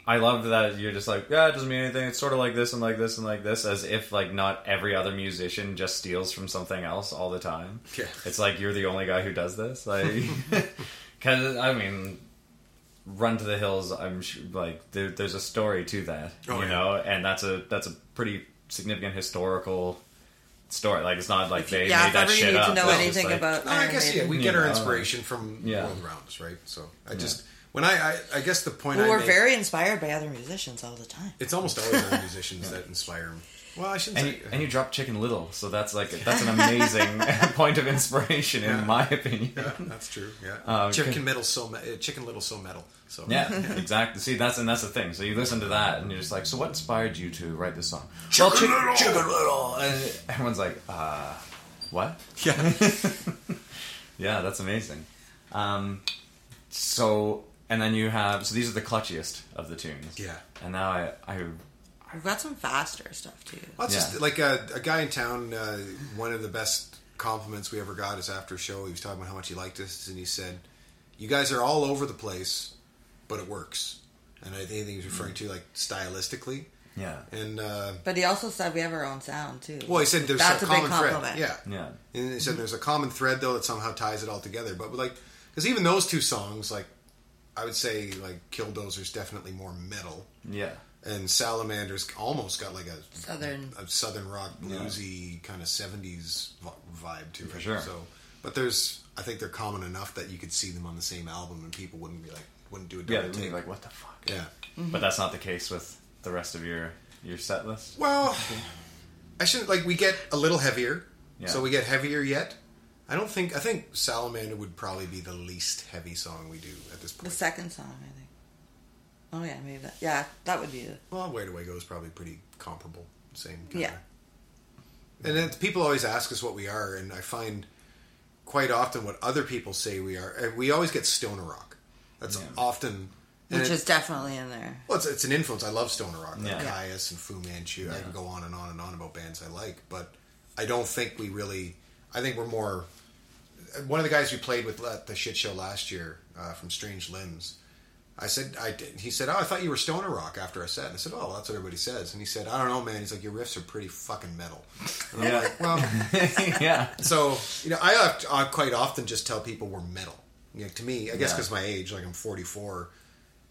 I love that you're just like, yeah, it doesn't mean anything. It's sort of like this and like this and like this, as if like not every other musician just steals from something else all the time.
Yeah.
it's like you're the only guy who does this. Like, because I mean, Run to the Hills. I'm sure, like there, there's a story to that,
Oh,
you
yeah.
know, and that's a that's a pretty significant historical story. Like it's not like
If you-
they
yeah,
made
if
that
ever
shit
you need
up.
to
It's
know
just
anything
like-
about
No, Oh, I
Iron
guess yeah,
Maiden,
we
You
get our
know.
inspiration from
Yeah.
world rounds, right? So I just when I, I I guess the point
well,
I
we're
make,
very inspired by other musicians all the time.
it's almost always other musicians that inspire me. Well, I shouldn't
And
say uh,
you, and you drop Chicken Little, so that's like that's an amazing point of inspiration in
Yeah.
my opinion.
yeah, that's true. Yeah,
Uh,
chicken
okay.
metal so me- uh, chicken little so metal. So
Yeah, exactly. See, that's and that's the thing. So you listen to that, and you're just like, so what inspired you to write this song? well, Chick-
Little!
Chicken Little. And everyone's like, uh, what?
yeah.
Yeah, that's amazing. Um, so and then you have so these are the clutchiest of the tunes.
Yeah.
And now I I
We've got some faster stuff too.
Well, it's
Yeah.
just like uh, a, a guy in town. Uh, one of the best compliments we ever got is after a show. He was talking about how much he liked us, and he said, "You guys are all over the place, but it works." And I think he was
Mm.
referring to like stylistically.
yeah
And uh,
But he also said we have our own sound too.
well, he said there's
That's
a
a big
common thread.
compliment.
Yeah,
yeah
And he said there's a common thread though that somehow ties it all together. But like, because even those two songs, like, I would say like Killdozer's definitely more metal,
yeah
and Salamander's almost got like a
southern.
a southern rock bluesy kind of 70s vi- vibe to it.
For sure.
So, but there's I think they're common enough that you could see them on the same album and people wouldn't be like wouldn't do a
yeah.
double
they'd be
take.
like, what the fuck?
yeah.
But that's not the case with the rest of your your set list.
Well, I shouldn't like we get a little heavier.
Yeah.
So we get heavier yet. I don't think I think Salamander would probably be the least heavy song we do at this
The
point.
second song, I think. Oh yeah, maybe that. Yeah, that would be. The,
well, Where Do I Go is probably pretty comparable, same. Kind
Yeah.
And then people always ask us what we are, and I find quite often what other people say we are. and We always get stoner rock. That's often, and
which
it-
is definitely in there.
well, it's, it's an influence. I love stoner rock, like
Yeah. Yeah.
Caius and Fu Manchu. I can go on and on and on about bands I like, but I don't think we really. I think we're more. One of the guys we played with at the shit show last year uh, from Strange Limbs. I said, I did. He said, "Oh, I thought you were stoner rock after I said." And I said, "Oh, well, that's what everybody says." And he said, "I don't know, man." He's like, "Your riffs are pretty fucking metal." And I'm
Yeah.
like, "Well,
yeah.
so you know, I, oft- I quite often just tell people we're metal. You know, to me, I guess
Yeah.
because my age, like I'm 44,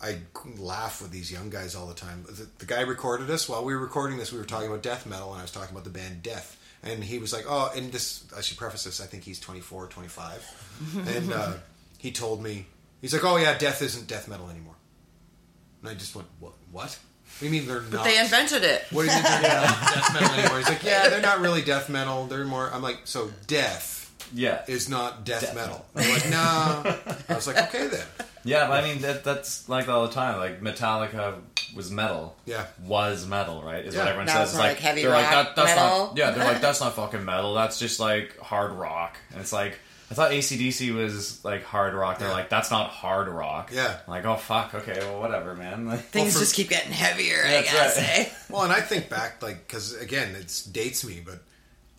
I laugh with these young guys all the time. The, the guy recorded us while we were recording this. We were talking about death metal, and I was talking about the band Death. And he was like, "Oh, and this." I should preface this. I think he's 24, 25, and uh, he told me he's like, "Oh yeah, Death isn't death metal anymore." And I just went, "What? What? What do you mean they're not?"
They invented it.
what do you mean they're not death metal anymore? He's like, yeah, they're not really death metal. They're more. I'm like, so death
Yeah,
is not death, metal. I'm like, no. I was like, okay then.
yeah, but I mean that, that's like all the time. Like Metallica was metal.
Yeah.
was metal, right? Is what
Yeah.
everyone
Now
says.
it's
It's
more
like,
like heavy
they're like
rock
that, that's
metal.
not. Yeah, they're like that's not fucking metal. That's just like hard rock. And it's like I thought ACDC was like hard rock. They're
Yeah.
like, that's not hard rock.
Yeah.
Like, oh fuck, okay, well, whatever, man. Like,
Things
for-
just keep getting heavier, I
That's
guess.
right.
eh?
Well, and I think back, like, because again, it dates me, but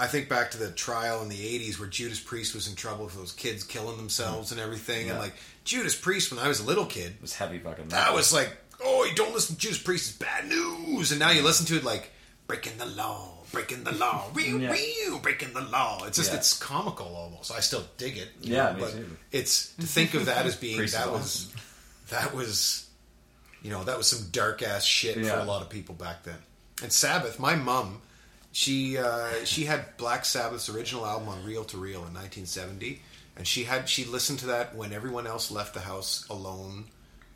I think back to the trial in the '80s where Judas Priest was in trouble for those kids killing themselves and everything, and
Yeah.
like Judas Priest, when I was a little kid,
it was heavy fucking.
that was like, oh, you don't listen to Judas Priest, it's bad news, and now you listen to it like breaking the law, breaking the law, wee
Yeah.
wee, breaking the law. It's just
Yeah.
it's comical almost. I still dig it. you
Yeah,
know,
me
but
too.
it's to think of that as being
Priest is
that was
awesome.
that was you know that was some dark ass shit for
Yeah.
a lot of people back then and sabbath my mom she uh, she had black sabbath's original album on reel to reel in 1970 and she had she listened to that when everyone else left the house alone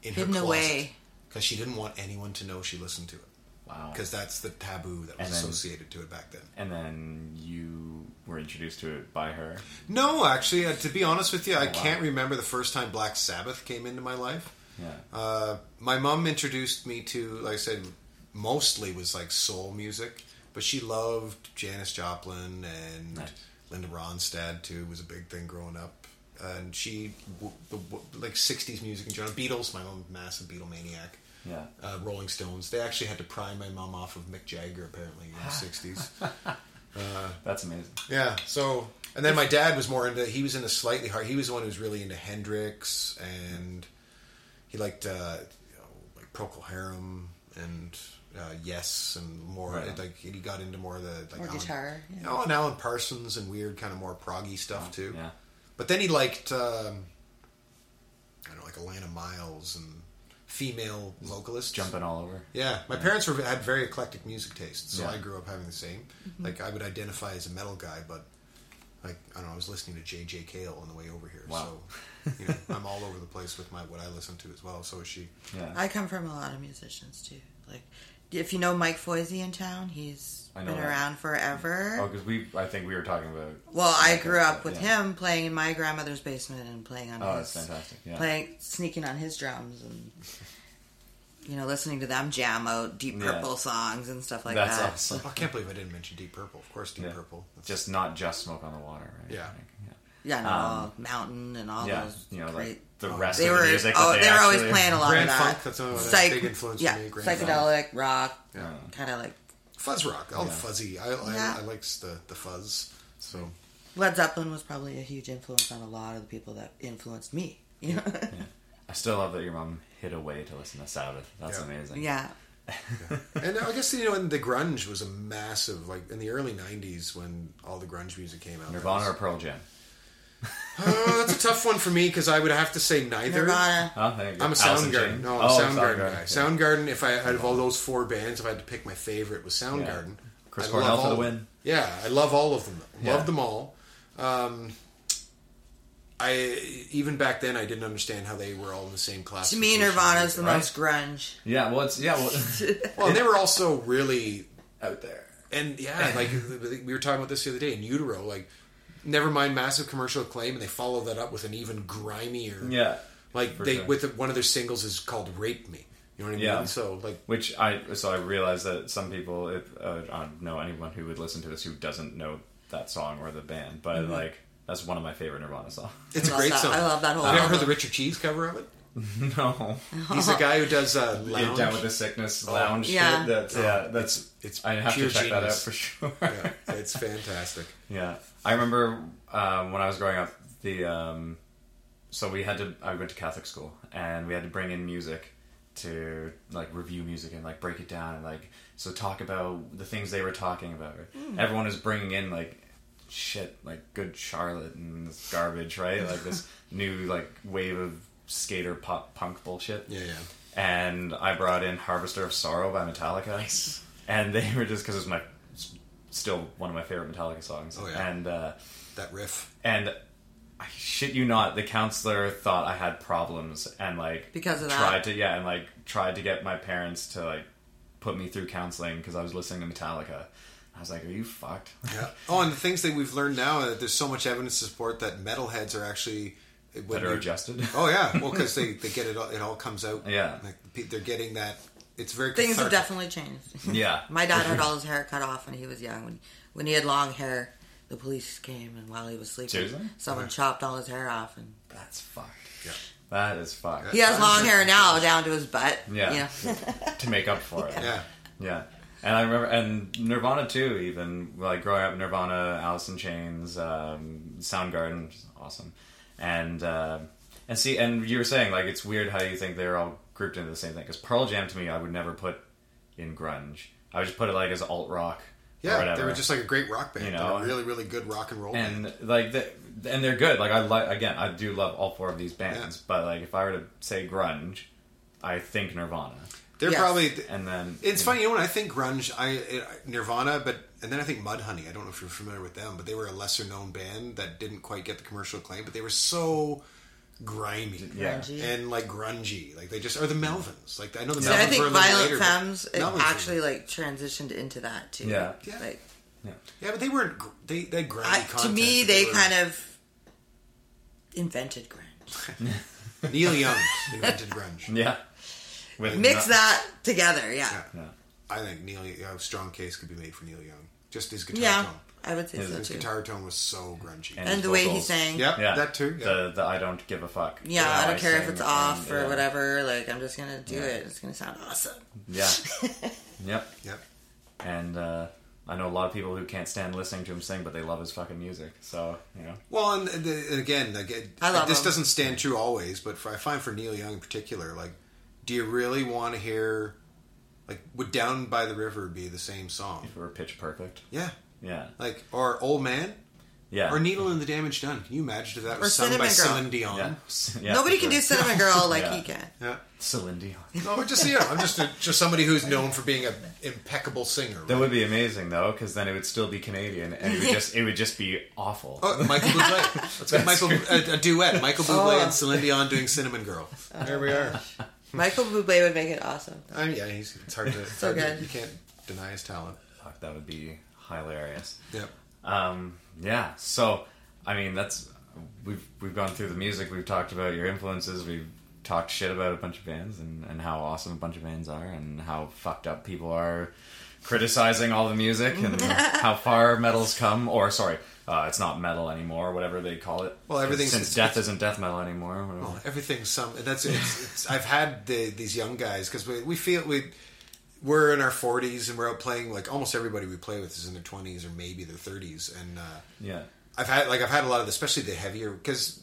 in
Hidden
her closet
away.
because she didn't want anyone to know she listened to it
wow.
because that's the taboo that
And
was
then-
associated to it back then
And then you were introduced to it by her.
no actually uh, to be honest with you i
Oh, wow.
can't remember the first time black sabbath came into my life
Yeah.
Uh, my mom introduced me to, like I said, mostly was like soul music, but she loved Janis Joplin and
Nice.
Linda Ronstadt too. Was a big thing growing up, and she w- the w- like '60s music in general. Beatles, my mom, massive Beatle maniac.
yeah.
Uh, Rolling Stones. They actually had to pry my mom off of Mick Jagger apparently
Ah.
in the '60s.
That's amazing.
Yeah. So, and then my dad was more into. He was into slightly hard. He was the one who was really into Hendrix, and he liked uh, you know, like Procol Harum and uh, Yes, and more
Right.
like he got into more of the like
More guitar, yeah.
Oh, and Alan Parsons and weird kind of more proggy stuff too.
Oh, Yeah.
But then he liked um, I don't know, like Alana Miles and female vocalists.
Jumping all over.
Yeah, my parents were had very eclectic music tastes, so
Yeah. Mm-hmm.
I grew up having the same. Like I would identify as a metal guy, but like I don't know, I was listening to JJ Cale on the way over here,
Wow.
so you know, I'm all over the place with my what I listen to as well. So is she.
Yeah.
I come from a lot of musicians too. Like, if you know Mike Foisey in town, he's
I
been
know that.
around forever.
oh, because we. I think we were talking about.
Well, I grew up with
Yeah.
him playing in my grandmother's basement and playing on
Oh,
his
that's fantastic. Yeah.
playing sneaking on his drums and you know listening to them jam out Deep
Yeah.
Purple songs and stuff like
that's
that.
awesome.
Oh, I can't believe I didn't mention Deep Purple. Of course, Deep
Yeah.
Purple. That's-
Just not just smoke on the water, right?
Yeah.
I think,
Yeah, no,
Um,
Mountain and all
Yeah. yeah.
those.
You know,
great,
like the rest
they
of
were
the music.
oh
that
they,
they,
were always
actually-
playing a lot
Grand
of that.
funk, that's another big influence for
yeah,
me, Grand
psychedelic rock,
yeah.
kind of like
fuzz rock, all the
Yeah.
fuzzy. I I,
Yeah.
I likes the the fuzz. So
Led Zeppelin was probably a huge influence on a lot of the people that influenced me. You know?
I still love that your mom hid away to listen to Sabbath. That's
Yeah.
amazing.
yeah,
and I guess you know, and the grunge was a massive like in the early '90s when all the grunge music came out. that
Nirvana
was-
or Pearl Jam?
Oh, that's a tough one for me because I would have to say neither.
Nirvana.
Huh? There you go.
I'm a
Alice in
Soundgarden.
Chains. Oh,
No, I'm a Soundgarden guy.
okay.
Soundgarden. If I out of all those four bands, if I had to pick my favorite, was Soundgarden.
Chris
I
Cornell
love
for
all
the
of
win.
them. Yeah, I love all of them. though.
Yeah.
Love them all. Um, I even back then I didn't understand how they were all in the same class.
To me, Nirvana's the
Right?
most grunge.
Yeah, well, it's yeah, well,
well, and they were also really
out there.
and yeah, like we were talking about this the other day in utero. Like, never mind massive commercial acclaim, and they follow that up with an even grimier.
Yeah,
Like
For
they
sure.
with the, one of their singles is called "Rape Me." You know what I mean?
Yeah.
So like,
which I so I realized that some people, if uh, I don't know anyone who would listen to this who doesn't know that song or the band, but
Mm-hmm.
like that's one of my favorite Nirvana songs.
it's a
love
great
that-
song.
I love that whole
Have you ever
album.
heard the Richard Cheese cover of it?
no,
He's the guy who does uh,
get
lounge. Oh.
down with the sickness lounge.
Yeah.
shit, that's, yeah, that's
It's- it's
I have
pure
to check that out
genius.
for sure.
yeah, it's fantastic.
Yeah, I remember um, when I was growing up. The um, so we had to. I went to Catholic school, and we had to bring in music to like review music and like break it down and like so talk about the things they were talking about. Everyone was bringing in like shit, like Good Charlotte and this garbage, right? Like this new like wave of skater pop punk bullshit
Yeah, yeah.
and I brought in Harvester of Sorrow by Metallica, and they were just because it was my still one of my favorite Metallica songs,
Oh, yeah.
and uh,
That riff.
and I shit you not, the counselor thought I had problems and like
Because of that.
tried to yeah and like tried to get my parents to like put me through counseling because I was listening to Metallica. I was like, "Are you fucked?"
Yeah. Oh, and the things that we've learned now uh, there's so much evidence to support that metalheads are actually uh, when
Better
you-
adjusted.
Oh yeah, well because they, they get it all, it all comes out.
Yeah.
like pe- they're getting that. It's very
Things have
cathartic.
definitely changed.
yeah,
My dad had all his hair cut off when he was young. When when he had long hair, the police came and while he was sleeping,
Seriously?
someone chopped all his hair off, and
That's fucked.
Yeah.
That is fucked.
he has long hair now down to his butt.
Yeah.
you know?
To make up for it.
Yeah.
Yeah. And I remember, and Nirvana too, even like growing up, Nirvana, Alice in Chains, um, Soundgarden, which is awesome, and uh, and see, and you were saying like it's weird how you think they're all grouped into the same thing because Pearl Jam to me, I would never put in grunge. I would just put it like as alt rock. or
Yeah,
whatever.
they were just like a great rock band.
You
They
know,
were really, really good rock and roll band.
and like the, and they're good. Like I like again, I do love all four of these bands,
Yeah.
but like if I were to say grunge, I think Nirvana,
They're
Yes.
probably.
and then
It's funny, you know, when I think grunge, I it, Nirvana, but and then I think Mudhoney. I don't know if you're familiar with them, but they were a lesser known band that didn't quite get the commercial acclaim, but they were so grimy,
Yeah.
Grungy.
and like grungy. Like they just are the Melvins. Like I know the
So
Melvins
I
were a
think
little
Violent
later, but
Femmes it
Melvins were-
actually like transitioned into that too.
Yeah.
Yeah.
like
yeah, but they weren't. gr- They they had grimy.
I, to
content,
me,
but
they
were-
kind of invented grunge.
Neil Young invented grunge.
yeah, with
Mix
no-
that together, yeah,
Yeah.
I think Neil a strong case could be made for Neil Young. Just his guitar
yeah,
tone.
I would say
His
so
His
too.
guitar tone was so grungy.
And-
and the way he
vocals.
sang,
yeah,
Yeah,
that too. Yeah.
The, the I don't give a fuck.
Yeah,
How
I don't care if
sing
it's off
and-
or
yeah.
whatever. Like, I'm just gonna do it. It's gonna sound awesome.
Yeah. yep.
Yep.
And uh, I know a lot of people who can't stand listening to him sing, but they love his fucking music. So you know,
Well, and, the- and again, like, it-
I love
this
him.
doesn't stand true always, but for, I find for Neil Young in particular, like, do you really want to hear, like, would "Down by the River" be the same song?
if we were pitch perfect.
Yeah,
Yeah.
like, or "Old Man"
Yeah.
or "Needle and the Damage Done." Can you imagine if that was sung
Cinnamon
by
Girl.
Celine Dion?
Yeah. Yeah,
Nobody
for
can
sure.
do Cinnamon Girl like
Yeah.
he can.
Yeah.
Celine Dion.
No, but just you know, I'm just a, just somebody who's known for being an impeccable singer.
That
right?
would be amazing though, because then it would still be Canadian, and it would just it would just be awful.
Oh, Michael Bublé. Let's get Michael a, a duet.
Oh.
Michael Bublé and Celine Dion doing "Cinnamon Girl." There we are.
Michael Bublé would make it awesome.
I mean, Oh, yeah, he's, it's hard to. it's hard to-
good.
you can't deny his talent.
Fuck, that would be hilarious.
Yep.
Um, yeah. So, I mean, that's we've we've gone through the music. We've talked about your influences. We've talked shit about a bunch of bands and and how awesome a bunch of bands are and how fucked up people are criticizing all the music and how far metal's come. Or sorry, uh, it's not metal anymore. Whatever they call it.
Well, everything's-
since
it's- Oh.
death isn't death metal anymore. or whatever.
Well, everything's some. That's it's, it's, I've had the, these young guys because we, we feel we we're in our forties and we're out playing like almost everybody we play with is in their twenties or maybe their thirties and. uh
Yeah.
I've had like I've had a lot of, especially the heavier because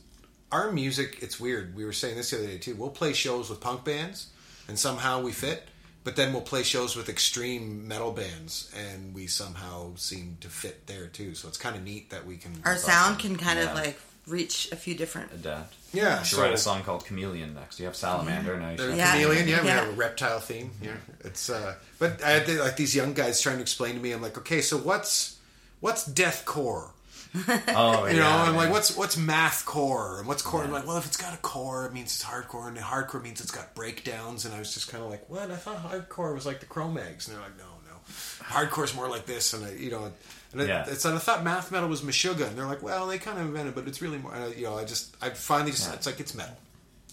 our music. It's weird. We were saying this the other day too. We'll play shows with punk bands, and somehow we fit. But then we'll play shows with extreme metal bands, and we somehow seem to fit there too. So it's kind of neat that we can.
Our sound can kind
Yeah.
of like reach a few different.
Adapt.
yeah.
You should
so-
write a song called Chameleon next. You have Salamander. Now you should
They're
have
Yeah.
chameleon, yeah, we
Yeah.
have a reptile theme. Yeah, it's. uh But I had the, like these young guys trying to explain to me. I'm like, okay, so what's what's deathcore?
Oh,
You know,
yeah,
I'm
yeah.
like, what's what's math core and what's core? I'm like, well, if it's got a core, it means it's hardcore, and hardcore means it's got breakdowns. And I was just kind of like, what? I thought hardcore was like the Cro-Mags, and they're like, no, no, hardcore's more like this. And I, you know, and I-
Yeah.
it's and I thought math metal was Meshuggah, and they're like, well, they kind of invented, but it's really more. And I, you know, I just, I finally just, it's like it's metal,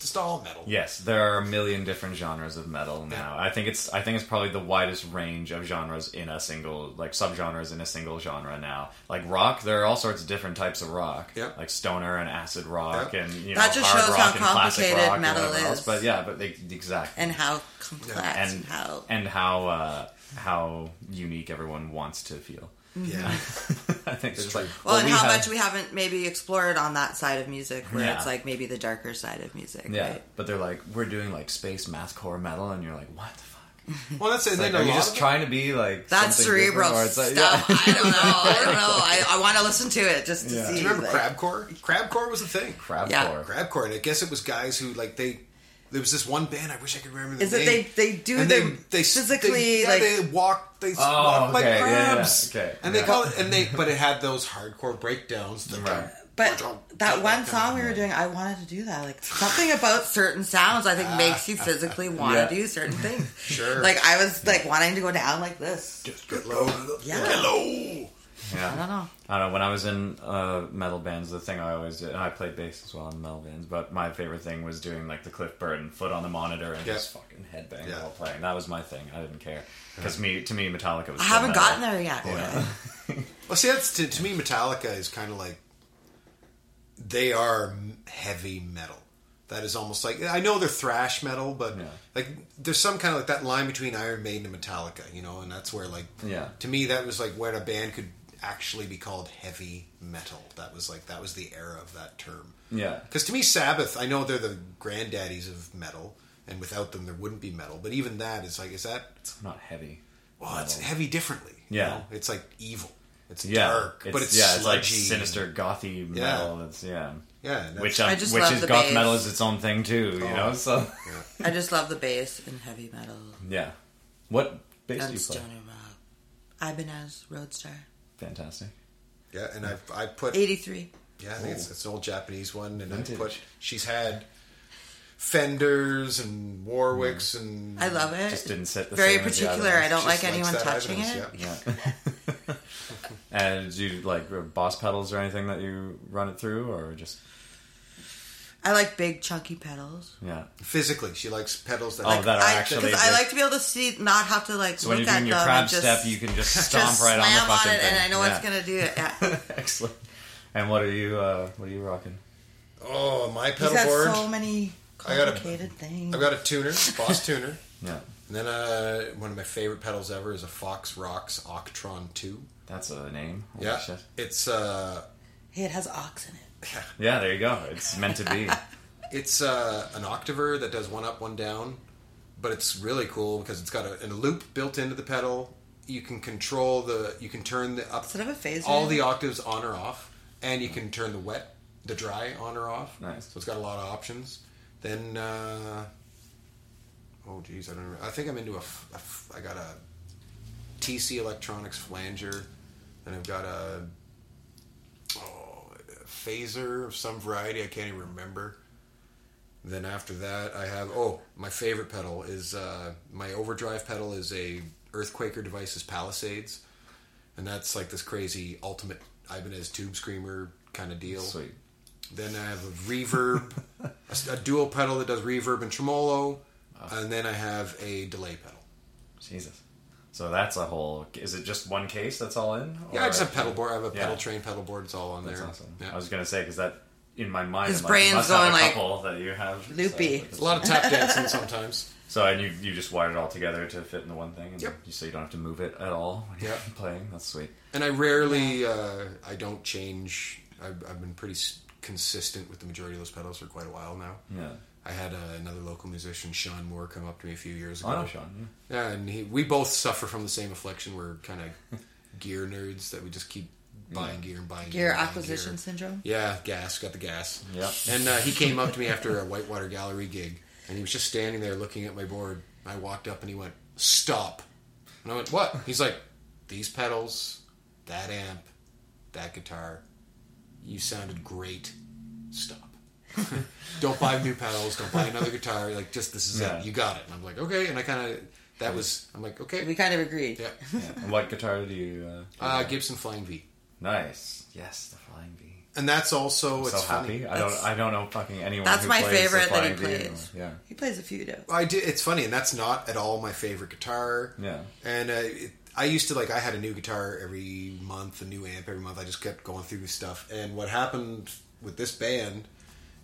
just all metal.
Yes, there are a million different genres of metal now. I think it's I think it's probably the widest range of genres in a single like subgenres in a single genre now. Like rock, there are all sorts of different tyes of rock.
Yep.
Like stoner and acid rock
Yep.
and you know
That just
hard
shows
rock
how
and classic
complicated
rock and
metal
whatever else.
is.
But yeah, but they, exactly.
And how complex and,
and
how
and how uh, how unique everyone wants to feel.
Yeah.
I think it's like
well, and
we
how
have-
much we haven't maybe explored on that side of music, where
Yeah.
it's like maybe the darker side of music.
yeah,
right?
but they're like we're doing like space mathcore metal, and you're like, what the fuck?
Well, that's it.
It's Like,
and then
are
a
you
lot
just
of it-
trying to be like
That's
something different,
cerebral
or it's like- yeah.
stuff. I don't know. I don't know. I, I want to listen to it just to
Yeah.
see.
Do you remember
like-
crabcore? Crabcore was a thing.
crab
Yeah.
core.
Crabcore. And I guess it was guys who like they. There was this one band. I wish I could remember the
Is
name.
that they they do
and
them
they, they
physically
they, yeah,
like
they walk they
Oh,
walk like
okay, yeah, yeah,
crabs
okay,
and
yeah.
they call it and they but it had those hardcore breakdowns that
Right.
But that one song we were doing, I wanted to do that. Like something about certain sounds, I think makes you physically want
Yeah.
to do certain things.
Sure.
Like I was like wanting to go down like this.
just get low
Yeah.
get low
Yeah.
I don't know.
I don't know. When I was in uh, metal bands, the thing I always did, and I played bass as well in metal bands, but my favorite thing was doing like the Cliff Burton foot on the monitor and
Yeah.
just fucking headbang
Yeah.
while playing. That was my thing. I didn't care because me to me Metallica was.
I
still
haven't
metal.
gotten there yet.
Well, see, that's to, to me, Metallica is kind of like they are m- heavy metal. That is almost like I know they're thrash metal, but
Yeah.
like there's some kind of like that line between Iron Maiden and Metallica, you know, and that's where like
Yeah.
to me that was like when a band could actually be called heavy metal. That was like that was the era of that term.
Yeah.
Because to me, Sabbath, I know they're the granddaddies of metal, and without them, there wouldn't be metal. But even that is like, is that
It's not heavy.
well, it's heavy differently. you
Yeah.
know? it's like evil. It's
Yeah,
dark, but it's
yeah,
sludgy.
it's like sinister gothy metal. It's yeah,
Yeah, and that's- Oh.
which um,
I just
which
love
is
the
goth
bass.
metal is its own thing too. You know, so
I just love the bass in heavy metal
yeah. What bass do
and
you play?
stoner rock. Ibanez Roadstar
Fantastic.
yeah, and I've I put
'83.
yeah, I think it's, it's an old Japanese one, and
Vintage.
I've put she's had Fenders and Warwicks
Mm-hmm.
and
I love it.
Just didn't sit the
Very
same as the other
particular. I
ones.
don't
Just
like
likes
anyone
that
touching
evidence,
it.
yeah.
Yeah. and do you like boss pedals or anything that you run it through, or just
I like big chunky pedals.
yeah?
Physically, she likes pedals that
Oh,
like,
that are
I,
actually.
because I
the-
like to be able to see, not have to like
so when
look
you're
at
doing your
them
crab
and just,
step, you can just stomp
just
right on the
slam on
fucking
it,
thing.
and I know
yeah.
it's gonna do it. Yeah.
Excellent. And what are you? Uh, what are you rocking?
oh my
He's
pedal
got
board.
so many
I got a-
complicated things.
I've got a tuner, Boss tuner,
Yeah,
and then uh, one of my favorite pedals ever is a Fox Rocks Octron Two.
that's a name. Holy
Yeah,
shit.
it's uh,
hey, it has ox in it.
Yeah, there you go. It's meant to be.
It's uh, an octaver that does one up, one down, but it's really cool because it's got a, a loop built into the pedal. You can control the, you can turn the up,
Instead of a phaser.
all the octaves on or off, and you can turn the wet, the dry on or off.
Nice.
So it's got a lot of options. Then, uh, oh geez, I don't. Remember. I think I'm into a, f- a f- I got a TC Electronics flanger, and I've got a, oh, a phaser of some variety. I can't even remember. Then after that, I have oh my favorite pedal is uh, my overdrive pedal is a Earthquaker Devices Palisades, and that's like this crazy ultimate Ibanez tube screamer kind of deal.
Sweet.
Then I have a reverb, a, s- a dual pedal that does reverb and tremolo, and then I have a delay pedal.
Jesus. So that's a whole. Is it just one case that's all in?
Yeah, I just have
Or-
pedal board. I have a pedal
Yeah.
train pedal board. It's all on
That's
there.
awesome.
Yeah.
I was gonna say because that in my mind,
His
I'm like, you
brain's
must have
going,
a
like,
couple that you have
loopy.
So,
a lot of tap dancing sometimes.
so and you you just wired it all together to fit in the one thing, and
Yep.
you, so you don't have to move it at all when you're
Yep.
playing. That's sweet.
And I rarely, uh, I don't change. I've, I've been pretty s- consistent with the majority of those pedals for quite a while now.
Yeah.
I had uh, another local musician, Sean Moore, come up to me a few years ago.
Oh, no, Sean.
Yeah, and he, we both suffer from the same affliction. We're kind of gear nerds that we just keep buying gear and buying
Gear
and buying
acquisition syndrome.
Yeah, gas. Got the gas.
Yeah.
And uh, he came up to me after a Whitewater Gallery gig, and he was just standing there looking at my board. I walked up and he went, "Stop!" And I went, "What?" He's like, "These pedals, that amp, that guitar. You sounded great. Stop. don't buy new pedals. Don't buy another guitar. Like, just this is
Yeah.
it. You got it." And I'm like, "Okay." And I kind of that was. I'm like,
We
"Okay."
kind of agreed.
Yeah.
Yeah. Yeah. And what guitar do you? Uh, do?
Uh, Gibson Flying V.
nice. Yes, the Flying V.
And that's also it's
so
funny.
happy. I don't. I don't know fucking anyone.
That's
who
my
plays the
favorite that he
Flying V anymore.
plays.
Yeah.
He plays a few notes.
I do. It's funny, and that's not at all my favorite guitar.
Yeah.
And uh, it, I used to like I had a new guitar every month, a new amp every month. I just kept going through stuff. And what happened with this band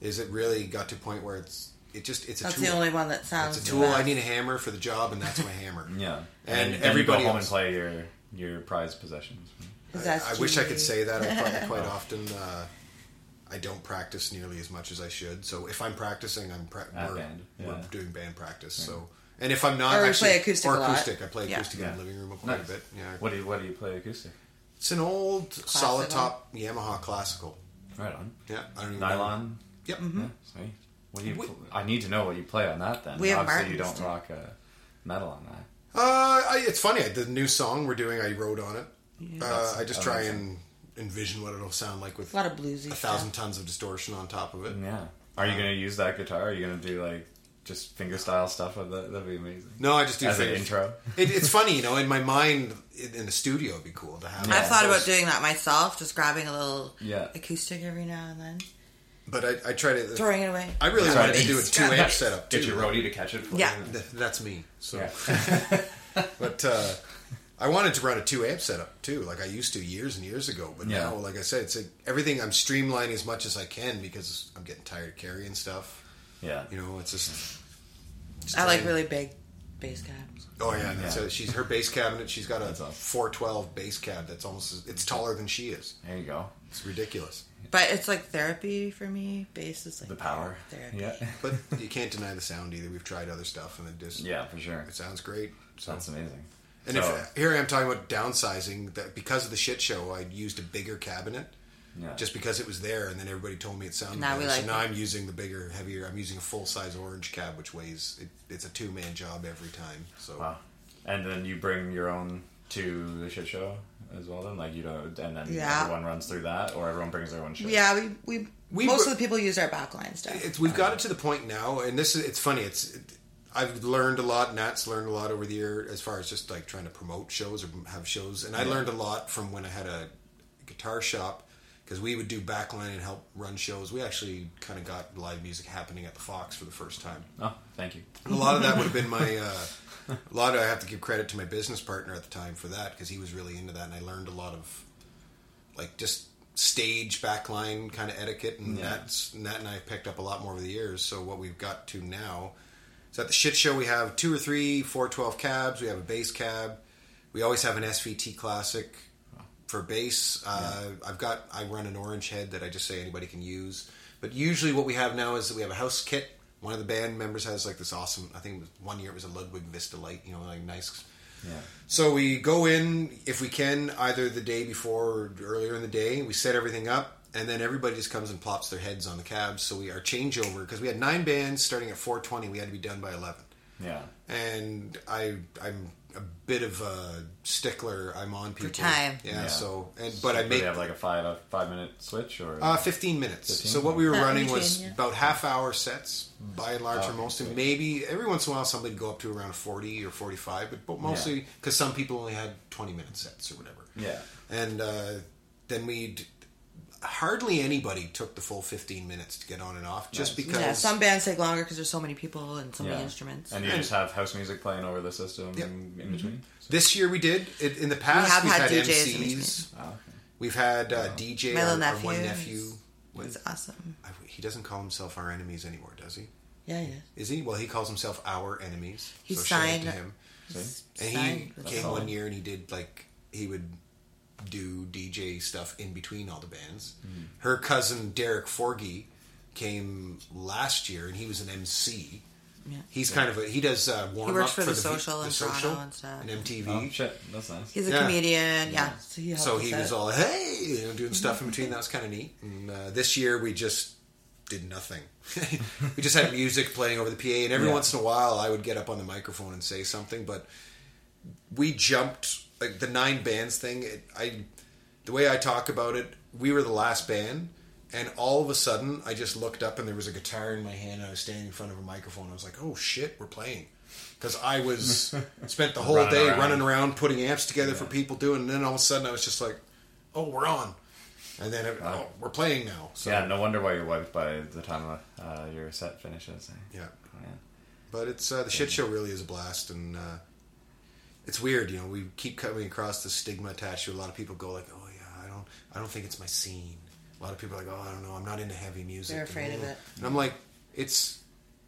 is it really got to a point where it's it just it's a
That's
tool.
the only one that sounds.
it's a tool.
bad.
I need a hammer for the job, and that's my hammer.
Yeah.
And
then
everybody
you go home and
else.
play your your prized possessions.
His
I wish I could
SG.
say that. I probably quite often. Uh, I don't practice nearly as much as I should. So if I'm practicing, I'm pra-
At
we're,
band,
we're
yeah.
doing band practice. So and if I'm not,
Or we
actually,
play acoustic
or
a lot.
acoustic. I play
Yeah.
acoustic in
Yeah.
the living room quite
Nice.
a bit. Yeah,
What do you What do you play acoustic?
it's an old solid top Yamaha classical.
Right on.
Yeah, I don't even know.
Nylon.
Yep.
Hmm? Mm-hmm.
Yeah, sweet. What do you?
We-
I need to know what you play on that. Then
We have
obviously you
Martins,
don't rock uh, metal on that.
Uh, I, it's funny. The new song we're doing, I wrote on it. Uh,
That's
I just try and
amazing.
envision what it'll sound like with
A lot of bluesy
a thousand tons of distortion on top of it.
Yeah. Are you
Uh,
gonna use that guitar? Are you gonna do like just finger style stuff with that? That'd be amazing.
No, I just do
As an
fingers.
intro.
It, it's funny, you know. In my mind, in, in the studio, it'd be cool to have.
I
Yeah.
thought about doing that myself, just grabbing a little
Yeah.
acoustic every now and then,
but I, I try to.
throwing it away.
I really
Sorry.
wanted to do a two amp setup.
Get
too.
your roadie to catch it for
Yeah.
you.
Th- That's me. So,
Yeah.
but uh, I I wanted to run a two amp setup too, like I used to years and years ago. But
Yeah.
now, like I said, it's like everything I'm streamlining as much as I can because I'm getting tired of carrying stuff.
Yeah.
You know, it's just. just
I like
trying-
really big bass cabs.
Oh yeah, and
Yeah.
so she's her bass cabinet. She's got a
That's awesome.
412 bass cab that's almost as- it's taller than she is.
There you go.
It's ridiculous,
But it's like therapy for me. Bass is like
The power.
therapy.
Yeah.
but you can't deny the sound either. We've tried other stuff and it just
Yeah, for sure.
it sounds great. So
That's amazing.
and
so,
if, here I am talking about downsizing that because of the shit show, I used a bigger cabinet
yeah.
just because it was there, and then everybody told me it sounded
Now
better.
we like
so now
it.
I'm using the bigger, heavier. I'm using a full size orange cab, which weighs it, it's a two man job every time. So
Wow. And then you bring your own to the shit show as well. Then, like you know, and then
Yeah.
everyone runs through that, or everyone brings their own shit.
Yeah, we, we,
We
most
were-
of the people use our backline stuff.
it's we've got it to the point now, and this is it's funny. It's it, I've learned a lot. Nat's learned a lot over the year as far as just like trying to promote shows or have shows, and I learned a lot from when I had a guitar shop because we would do backline and help run shows. We actually kind of got live music happening at the Fox for the first time.
Oh, thank you.
And a lot of that would have been my. Uh, a lot of I have to give credit to my business partner at the time for that because he was really into that, and I learned a lot of, like just stage backline kind of etiquette, and
Yeah.
that's and that and I picked up a lot more over the years. So what we've got to now is at the shit show we have two or three four twelve cabs. We have a bass cab. We always have an SVT classic for bass. Uh, I've got I run an orange head that I just say anybody can use. But usually what we have now is that we have a house kit. One of the band members has like this awesome. I think it was one year it was a Ludwig Vista Light. You know, like nice.
Yeah.
So we go in if we can either the day before or earlier in the day. We set everything up, and then everybody just comes and plops their heads on the cabs. So we our changeover because we had nine bands starting at four twenty. We had to be done by eleven
Yeah.
and I I'm a bit of a stickler. I'm on people
time.
Yeah,
Yeah.
So and but I
Do
make
they have like a five a five minute switch or
uh, 15 minutes.
15?
So what we were
That
running
between,
was
yeah.
about half hour sets by and large
Oh,
for most of
okay.
maybe every once in a while somebody would go up to around 40 or 45, but, but mostly because some people only had 20 minute sets or whatever.
yeah.
And uh, then we'd hardly anybody took the full 15 minutes to get on and off just because
Yeah, some bands take longer because there's so many people and so
Yeah.
many instruments.
And you just have house music playing over the system
Yep.
in in between.
Mm-hmm.
this year we did it, in the past
have
we've
had
had,
DJs in
MCs.
between.
Wow. Oh, okay.
We've had uh, DJ,
My
our,
little
our one
nephew
nephew. What-
It's awesome.
I- he doesn't call himself our enemies anymore, does he?
Yeah, yeah.
Is he? Well, he calls himself our enemies.
He
shout out
signed-
to him,
See?
and
Signed
he
with
came
solid.
one year and he did like he would do DJ stuff in between all the bands.
Hmm.
Her cousin Derek Forgy came last year, and he was an MC.
Yeah.
He's kind of a he does uh, warm
works
up
for The
the, vi-
Social
the
in
social
Toronto and stuff.
MTV.
Oh shit, that's nice.
He's a
Yeah.
comedian. Yeah. So he, helps
so
us
he
out.
was all hey you know doing stuff in between that was kind of neat and uh, this year we just did nothing we just had music playing over the pa and every
Yeah.
once in a while i would get up on the microphone and say something but we jumped like the nine bands thing it, i the way i talk about it we were the last band and all of a sudden i just looked up and there was a guitar in my hand and i was standing in front of a microphone i was like oh shit we're playing because i was spent the whole
Running
day
around.
running around putting amps together for people doing and then all of a sudden i was just like oh we're on and then it, oh, we're playing now so
Yeah, no wonder why you're wiped by the time uh, your set finishes. eh?
yeah.
Um,
Yeah.
But it's uh, the shit show really is a blast, and uh, it's weird. You know, we keep coming across the stigma attached to it. a lot of people. Go like, oh yeah, I don't, I don't think it's my scene. A lot of people are like, oh, I don't know, I'm not into heavy music.
They're afraid of it.
And I'm like, it's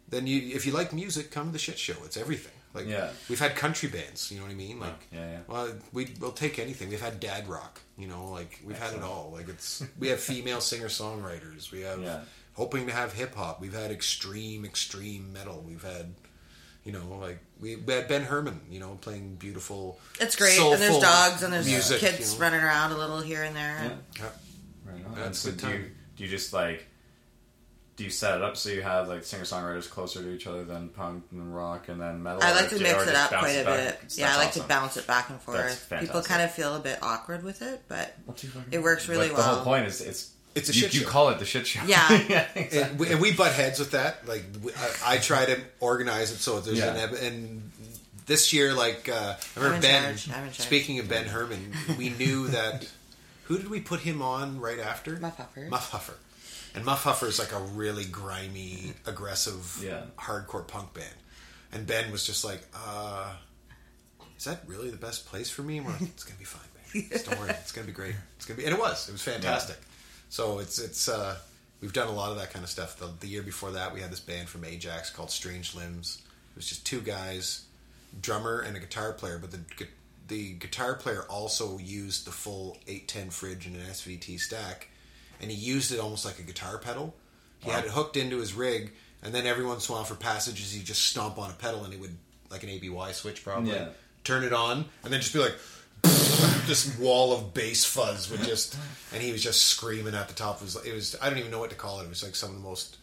then you if you like music, come to the shit show. It's everything. Like
Yeah.
we've had country bands. You know what I mean? Like
yeah, yeah.
Well, we we'll take anything. We've had dad rock. You know, like we've had it all. Like it's we have female singer songwriters. We have
Yeah.
hoping to have hip hop. We've had extreme, extreme metal. We've had, you know, like we we had Ben Herman, you know, playing beautiful.
It's great. and there's
soulful
dogs and there's
music,
kids
you know.
running around a little here and there.
Yeah.
Yeah.
Right on.
That's
And
good
so do you,
time.
do you just like do you set it up so you have like singer songwriters closer to each other than punk and rock and then metal?
I
or
like to
do- or
mix it
just
up
bounce
quite a
it back?
bit. yeah,
That's
I like to
awesome.
bounce it back and
That's
forth. People
fantastic.
kind of feel a bit awkward with it, but
do you fucking-
it works really
but
well.
The whole point is it's
It's a
you,
shit
you
show.
call it the shit show.
Yeah.
exactly.
And we, and we butt heads with that. Like we, I, I try to organize it so there's
Yeah.
an ebb. And this year, like uh, I remember
in
Ben.
charge. I'm in charge.
Speaking of Ben Herman, we knew that. Who did we put him on right after?
Muff Huffer.
Muff Huffer. And Muff Huffer is like a really grimy, aggressive,
Yeah.
hardcore punk band. And Ben was just like, uh, is that really the best place for me? And we're like, it's gonna be fine, man. Just don't worry, it's gonna be great. It's gonna be, and it was. It was fantastic. So it's it's uh, we've done a lot of that kind of stuff. The, the year before that, we had this band from Ajax called Strange Limbs. It was just two guys, drummer and a guitar player, but the gu- the guitar player also used the full 810 fridge and an SVT stack, and he used it almost like a guitar pedal. He had it hooked into his rig, and then every once in a while for passages, he'd just stomp on a pedal, and it would like an ABY switch probably
Yeah.
turn it on, and then just be like. this wall of bass fuzz would just, and he was just screaming at the top of his. It was I don't even know what to call it. It was like some of the most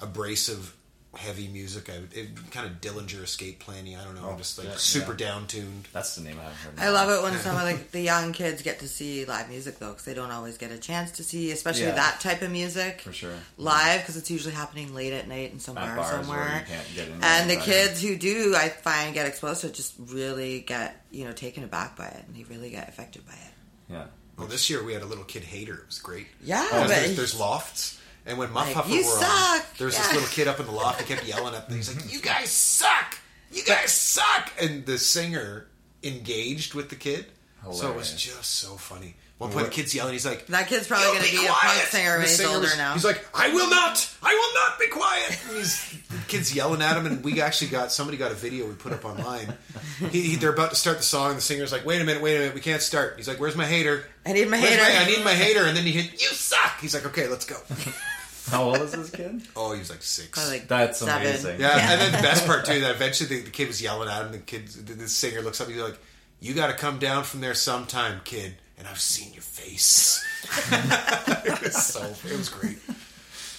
abrasive heavy music. I would- it kind of Dillinger escape planning. I don't know. just like
Oh, yeah,
super
yeah.
down tuned.
That's the name I haven't heard.
I love it when some of like the young kids get to see live music though, because they don't always get a chance to see, especially
Yeah.
that type of music
For sure.
live, because it's usually happening late at night in some
At
bar or
bars where
somewhere.
you can't get in with
and the
anybody.
kids who do, I find, get exposed to it, just really get you know taken aback by it, and they really get affected by it.
Yeah.
Well, this year we had a little kid hater. It was great.
Oh,
Yeah,
Because
but-
there's, there's lofts, and when Muff
Like,
Huffer
"You
were on,
suck!"
there's this
Yeah.
little kid up in the loft that kept yelling at them. He's
Mm-hmm.
like, "You guys suck! You guys suck!" And the singer engaged with the kid, so it was
Hilarious.
just so funny. One point, the kid's yelling. He's like,
That kid's probably
"Yo,
going to be a
quiet!"
punk singer
And
when
the
he's
singer
older
was-
now.
He's like, "I will not! I will not be quiet!" And he's the kids yelling at him, and we actually got somebody got a video we put up online. He, he, they're about to start the song, and the singer's like, "Wait a minute! Wait a minute! We can't start." He's like, "Where's my hater?"
I need my
Where's
hater.
my- I need my hater, and then he hit, "You suck." He's like, "Okay, let's go."
How old is this kid?
Oh, he was like six.
Probably, like,
That's
seven.
amazing.
yeah, and then the best part too that eventually the, the kid was yelling at him. The kid, the, the singer looks up. He's like, "You got to come down from there sometime, kid." And I've seen your face. it was so. It was great.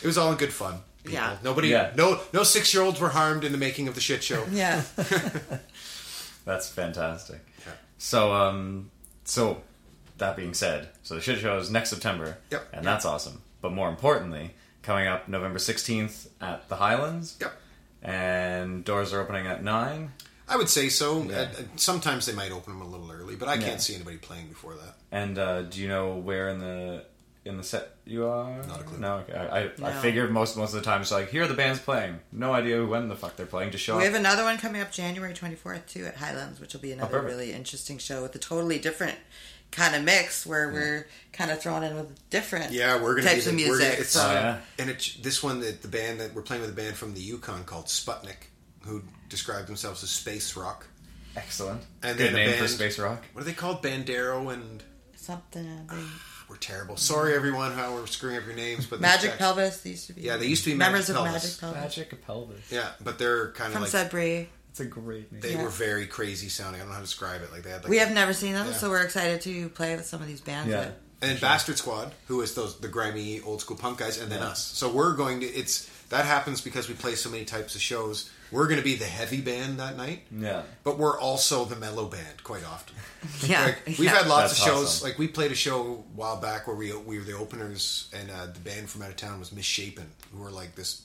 It was all in good fun. people.
Yeah.
Nobody.
Yeah.
No. No six year olds were harmed in the making of the shit show.
Yeah.
That's fantastic.
Yeah.
So, um, so that being said, so the shit show is next September.
Yep.
And that's awesome. But more importantly, coming up November 16th at the Highlands.
Yep.
And doors are opening at 9.
I would say so.
Yeah.
And- and sometimes they might open them a little early, but I
Yeah.
can't see anybody playing before that.
And uh, do you know where in the in the set you are?
Not a clue.
No, okay. I, I, I
No.
figured most most of the time it's like here are the bands playing. No idea when the fuck they're playing. Just
Uh,
show
We have
up.
another one coming up January 24th, too, at Highlands, which will
Oh,
be another
perfect.
really interesting show with a totally different kind of mix where we're kind of thrown in with different
Yeah, we're gonna
types
be
of
the- we're
music.
gonna- it's,
so,
Oh, yeah.
And it, this one, that the band that we're playing with, a band from the Yukon called Sputnik, who describe themselves as space rock.
Excellent.
And
Good
then a
name for
band-
space rock.
What are they called? Bandero and
Something. I think.
we're terrible. Sorry, everyone, how we're screwing up your names. But
Magic
they're-
Pelvis, they used to be.
Yeah, they used to be
members
Magic
of
Pelvis.
Magic Pelvis.
of pelvis.
Yeah, but they're kind of
From
like
Sudbury.
It's a great name.
they
yeah.
were very crazy sounding. I don't know how to describe it. Like they had like
We have never seen them,
Yeah.
so we're excited to play with some of these bands.
Yeah.
that-
and then Bastard Squad, who is those the grimy old school punk guys, and then us. So we're going to it's that happens because we play so many types of shows. We're going to be the heavy band that night.
Yeah.
But we're also the mellow band quite often.
yeah.
Like, we've
yeah.
had lots
That's
of shows.
awesome.
Like we played a show a while back where we we were the openers, and uh, the band from out of town was Misshapen, who were like this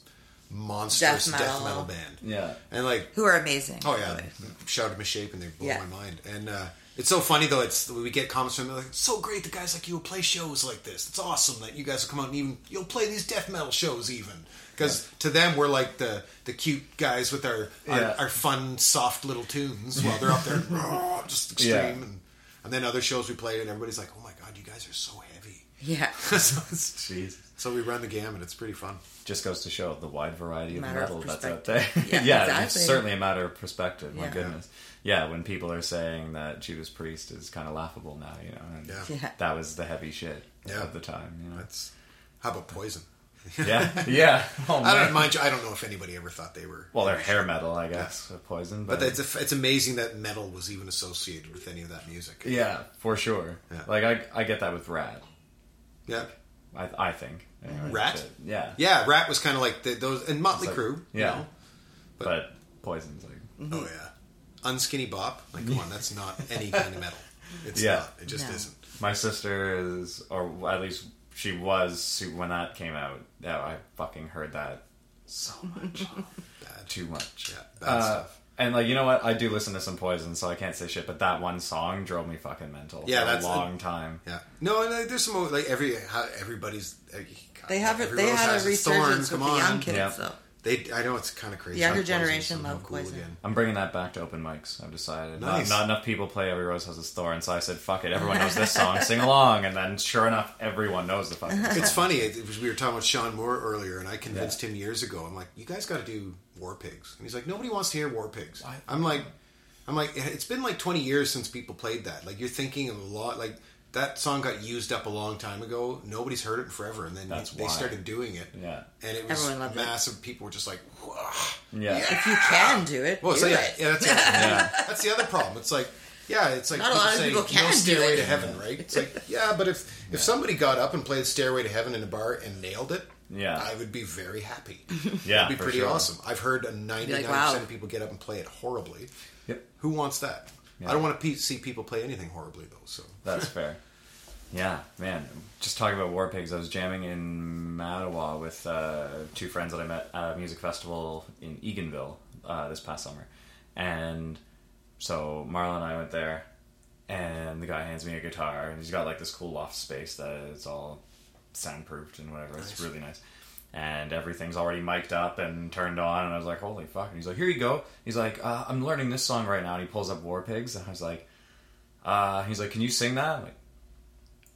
monstrous
Death
death
metal.
metal, band.
Yeah.
and like
Who are amazing.
oh
by the
yeah,
way.
shouted Misshapen, they blew
Yeah.
my mind. And uh, it's so funny though. It's we get comments from them, like "It's so great. The guys like you will play shows like this. It's awesome that you guys will come out and even you'll play these death metal shows even." Because to them, we're like the the cute guys with our our,
Yeah.
our fun, soft little tunes while they're up there "Rawr," just extreme.
Yeah.
And, and then other shows we played, and everybody's like, "Oh my god, you guys are so heavy."
Yeah.
so, it's-
Jesus.
so we run the gamut. It's pretty fun.
Just goes to show the wide variety of
Matter of
metal that's out there. Yeah,
Yeah,
it's
exactly.
certainly a matter of perspective. My
Yeah.
goodness. Yeah, when people are saying that Judas Priest is kind of laughable now, you know, and
Yeah.
Yeah.
that was the heavy shit
Yeah.
of the time. You know?
That's how about Poison?
yeah, yeah. Oh,
I
man.
don't mind. You, I don't know if anybody ever thought they were.
Well, they're hair metal, I guess, of poison, but,
But it's it's amazing that metal was even associated with any of that music.
yeah, for sure.
Yeah.
Like I, I get that with Rat.
yeah,
I, I think anyway,
Rat?
but, yeah,
yeah. Rat was kind of like the, those and Motley
It's like-
Crue. you
yeah.
know?
but, poison's like
Oh yeah.
Mm-hmm.
Unskinny Bop. Like come on, that's not any kind of metal. It's
Yeah.
not. It just
No.
isn't.
my sister is, or at least she was su- when that came out. Yeah, I fucking heard that so much,
Bad.
too much.
Yeah, bad
Uh,
stuff.
And like you know what, I do listen to some poison, so I can't say shit. But that one song drove me fucking mental.
Yeah,
for
that's-
a long time.
Yeah. No, and like, there's some like every how everybody's. eh, God,
They have it.
every
they
rose
had
has
a
its
resurgence
thorn,
with the young kids,
Yeah.
though.
They, I know it's kind of crazy.
The
How
younger
Poison's
generation
somehow
love Poison.
I'm bringing that back to open mics. I've decided Not-
Nice.
not, enough people play "Every Rose Has a Thorn," so I said, "Fuck it, everyone knows this song, sing along." And then, sure enough, everyone knows the fucking song.
It's funny. It, it was, we were talking about Sean Moore earlier, and I convinced him years ago. I'm like, you guys got to do War Pigs, and he's like, nobody wants to hear War Pigs. I'm like, I'm like, "It- it's been like 20 years since people played that. Like, you're thinking of a lot. Like that song got used up a long time ago. Nobody's heard it in forever, and then
That's
they
why.
started doing it.
Yeah.
and it was
Everyone loved it.
massive. People were just like, "Wah."
Yeah.
If you can do it,
well,
do
so yeah,
it.
yeah, that's, the other- that's the other problem. It's like. Yeah, it's like
Not a lot of people
no
can do
stairway
it."
to heaven, right? It's like yeah, but if if somebody got up and played Stairway to Heaven in a bar and nailed it,
Yeah.
I would be very happy.
yeah,
It'd be
for
pretty
sure.
awesome. I've heard a 99%
like, wow.
of people get up and play it horribly.
Yep.
Who wants that? I don't want to pe- see people play anything horribly though. So
That's fair. Yeah, man. Just talking about War Pigs, I was jamming in Mattawa with uh, two friends that I met at a music festival in Eganville uh, this past summer. And so Marla and I went there, and the guy hands me a guitar, and he's got like this cool loft space that it's all soundproofed and whatever. It's really nice. And everything's already mic'd up and turned on, and I was like, holy fuck. And he's like, here you go. He's like, uh, I'm learning this song right now, and he pulls up War Pigs, and I was like, uh, he's like, "Can you sing that?" I'm like,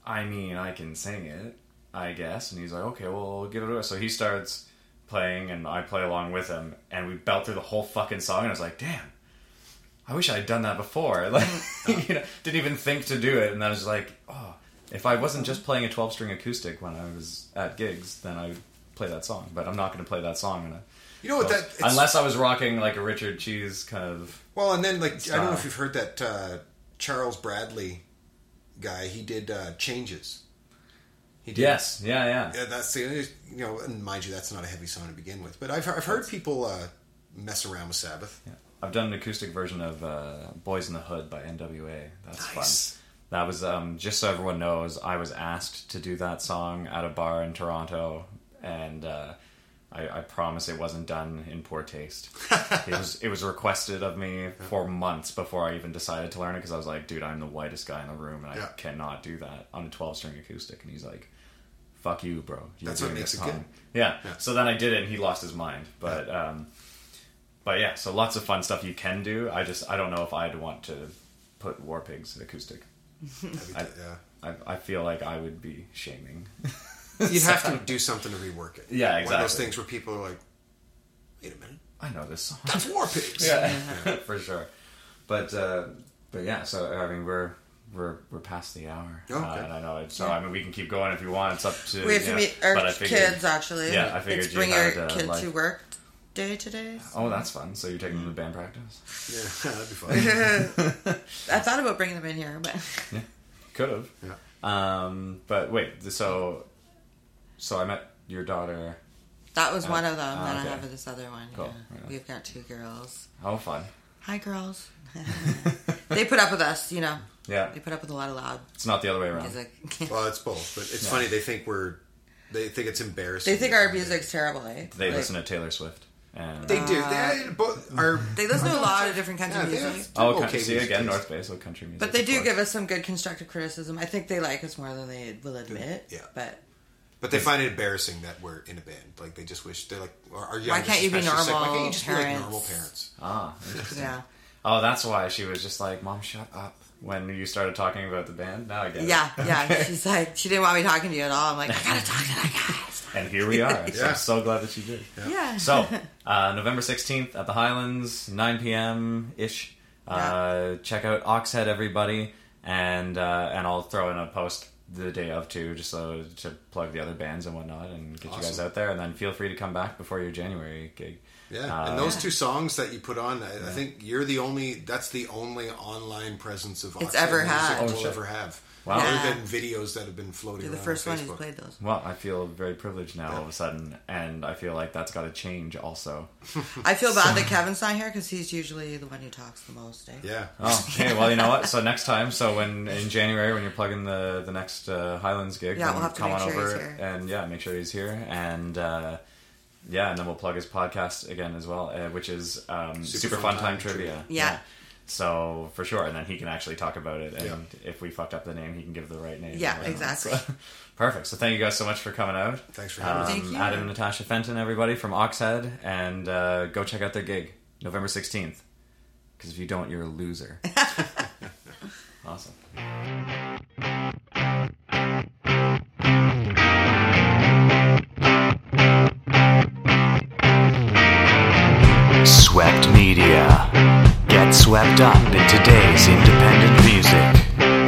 I mean, I can sing it, I guess. And he's like, "Okay, well, give it a go." So he starts playing, and I play along with him, and we belt through the whole fucking song. And I was like, "Damn, I wish I had done that before." Like, you know, didn't even think to do it, and I was like, "Oh, if I wasn't just playing a twelve-string acoustic when I was at gigs, then I'd play that song." But I'm not going to play that song. In a,
you know what that it's,
unless I was rocking like a Richard Cheese kind of.
well, and then like I don't know if
Style.
you've heard that uh, Charles Bradley guy. He did uh, Changes. He did
Yes, yeah, yeah.
Yeah, that's the you know, and mind you, that's not a heavy song to begin with. But I've I've heard people uh, mess around with Sabbath.
I've done an acoustic version of uh, "Boys in the Hood" by N.W.A. That's
Nice.
fun. That was um, just so everyone knows. I was asked to do that song at a bar in Toronto, and uh, I, I promise it wasn't done in poor taste. it was it was requested of me for months before I even decided to learn it because I was like, dude, I'm the whitest guy in the room, and I
Yeah.
cannot do that on a 12 string acoustic. And he's like, fuck you, bro. You're
That's what
doing
makes
this
it good.
wrong. Yeah. So then I did it, and he lost his mind. But um, but yeah, so lots of fun stuff you can do. I just I don't know if I'd want to put War Pigs acoustic.
That'd be
I-
good, yeah.
I, I feel like I would be shaming.
You'd have to do something to rework it.
Yeah,
One of those
exactly.
things where people are like, "Wait a minute,
I know this song.
that's War Pigs."
yeah, for sure. But uh, but yeah, so I mean we're. We're, we're past the hour,
Okay.
uh, and I know it. So I mean, we can keep going if you want. It's up to
We have
you
to
know,
meet our
but I figured-
kids actually.
Yeah, I figured
it's
you
bring
had,
your
uh,
kid to
life-
work day today.
Oh, that's fun. So you're taking them to band practice?
Yeah, that'd be fun.
I thought about bringing them in here, but
Could have.
Yeah.
Um, but wait, th- so so I met your daughter.
that was one of them.
ah,
then
okay.
I have this other one.
Cool.
yeah.
Right on.
We've got two girls.
How Oh, fun!
Hi, girls. they put up with us, you know.
Yeah,
They put up with a lot of loud
it's not the other way around.
music.
well, it's both, but it's funny they think we're they think it's embarrassing.
they think our music's terrible, eh?
They
Like,
listen to Taylor Swift and uh,
They do. They both are.
They listen to a lot of different kinds
Yeah,
of
they
Ah. music.
have
oh,
okay
okay, see
music
again,
taste.
North Bay, so country music.
But they
of
do
course.
give us some good constructive criticism. I think they like us more than they will admit.
Yeah.
But
But they find it embarrassing that we're in a band. Like they just wish they're like, or our youngest
can't you be
especially is like, why
normal
can't you just be like
parents?"
normal parents?
ah. interesting.
yeah.
Oh, that's why she was just like, "Mom, shut up." When you started talking about the band, now I get it.
Yeah, yeah. She's like, she didn't want me talking to you at all. I'm like, I gotta talk to that
And here we are. So
Yeah.
I'm so glad that she did.
guy. Yeah.
So, uh, November 16th at the Highlands, 9 p.m. ish. Uh, check out Oxhead, everybody. And uh, and I'll throw in a post the day of too, just so to plug the other bands and whatnot and get you guys
Awesome.
out there. And then feel free to come back before your January gig. Uh,
Yeah, and those two songs that you put on, I, I think you're the only. That's the only online presence of
It's
Oxford
ever
music
had.
Oh,
we'll
shit.
ever have.
Wow.
Yeah.
Other than videos that have been floating.
You're the
around
first
on
one who's
Facebook.
played those.
Well, I feel very privileged now all of a sudden. And I feel like that's got to change also.
I feel bad that Kevin's not here because he's usually the one who talks the most. Eh?
Yeah,
Oh, okay. Well, you know what? So next time, so when in January when you're plugging the the next uh, Highlands gig,
Yeah,
then
we'll have to
come
make
on
sure
over
he's here.
and yeah, make sure he's here and uh, yeah, and then we'll plug his podcast again as well, uh, which is um, Super, Fun, Time, Trivia.
Yeah.
So for sure, and then he can actually talk about it. And
Yeah.
if we fucked up the name, he can give the right name. and
Yeah,
whatnot.
exactly.
So- perfect. So thank you guys so much for coming out.
Thanks for having
Um,
us.
Thank you.
Adam and Natasha Fenton, everybody from Oxhead, and uh, go check out their gig November sixteenth. Because if you don't, you're a loser. awesome.
Swept Media. Get swept up in today's independent music.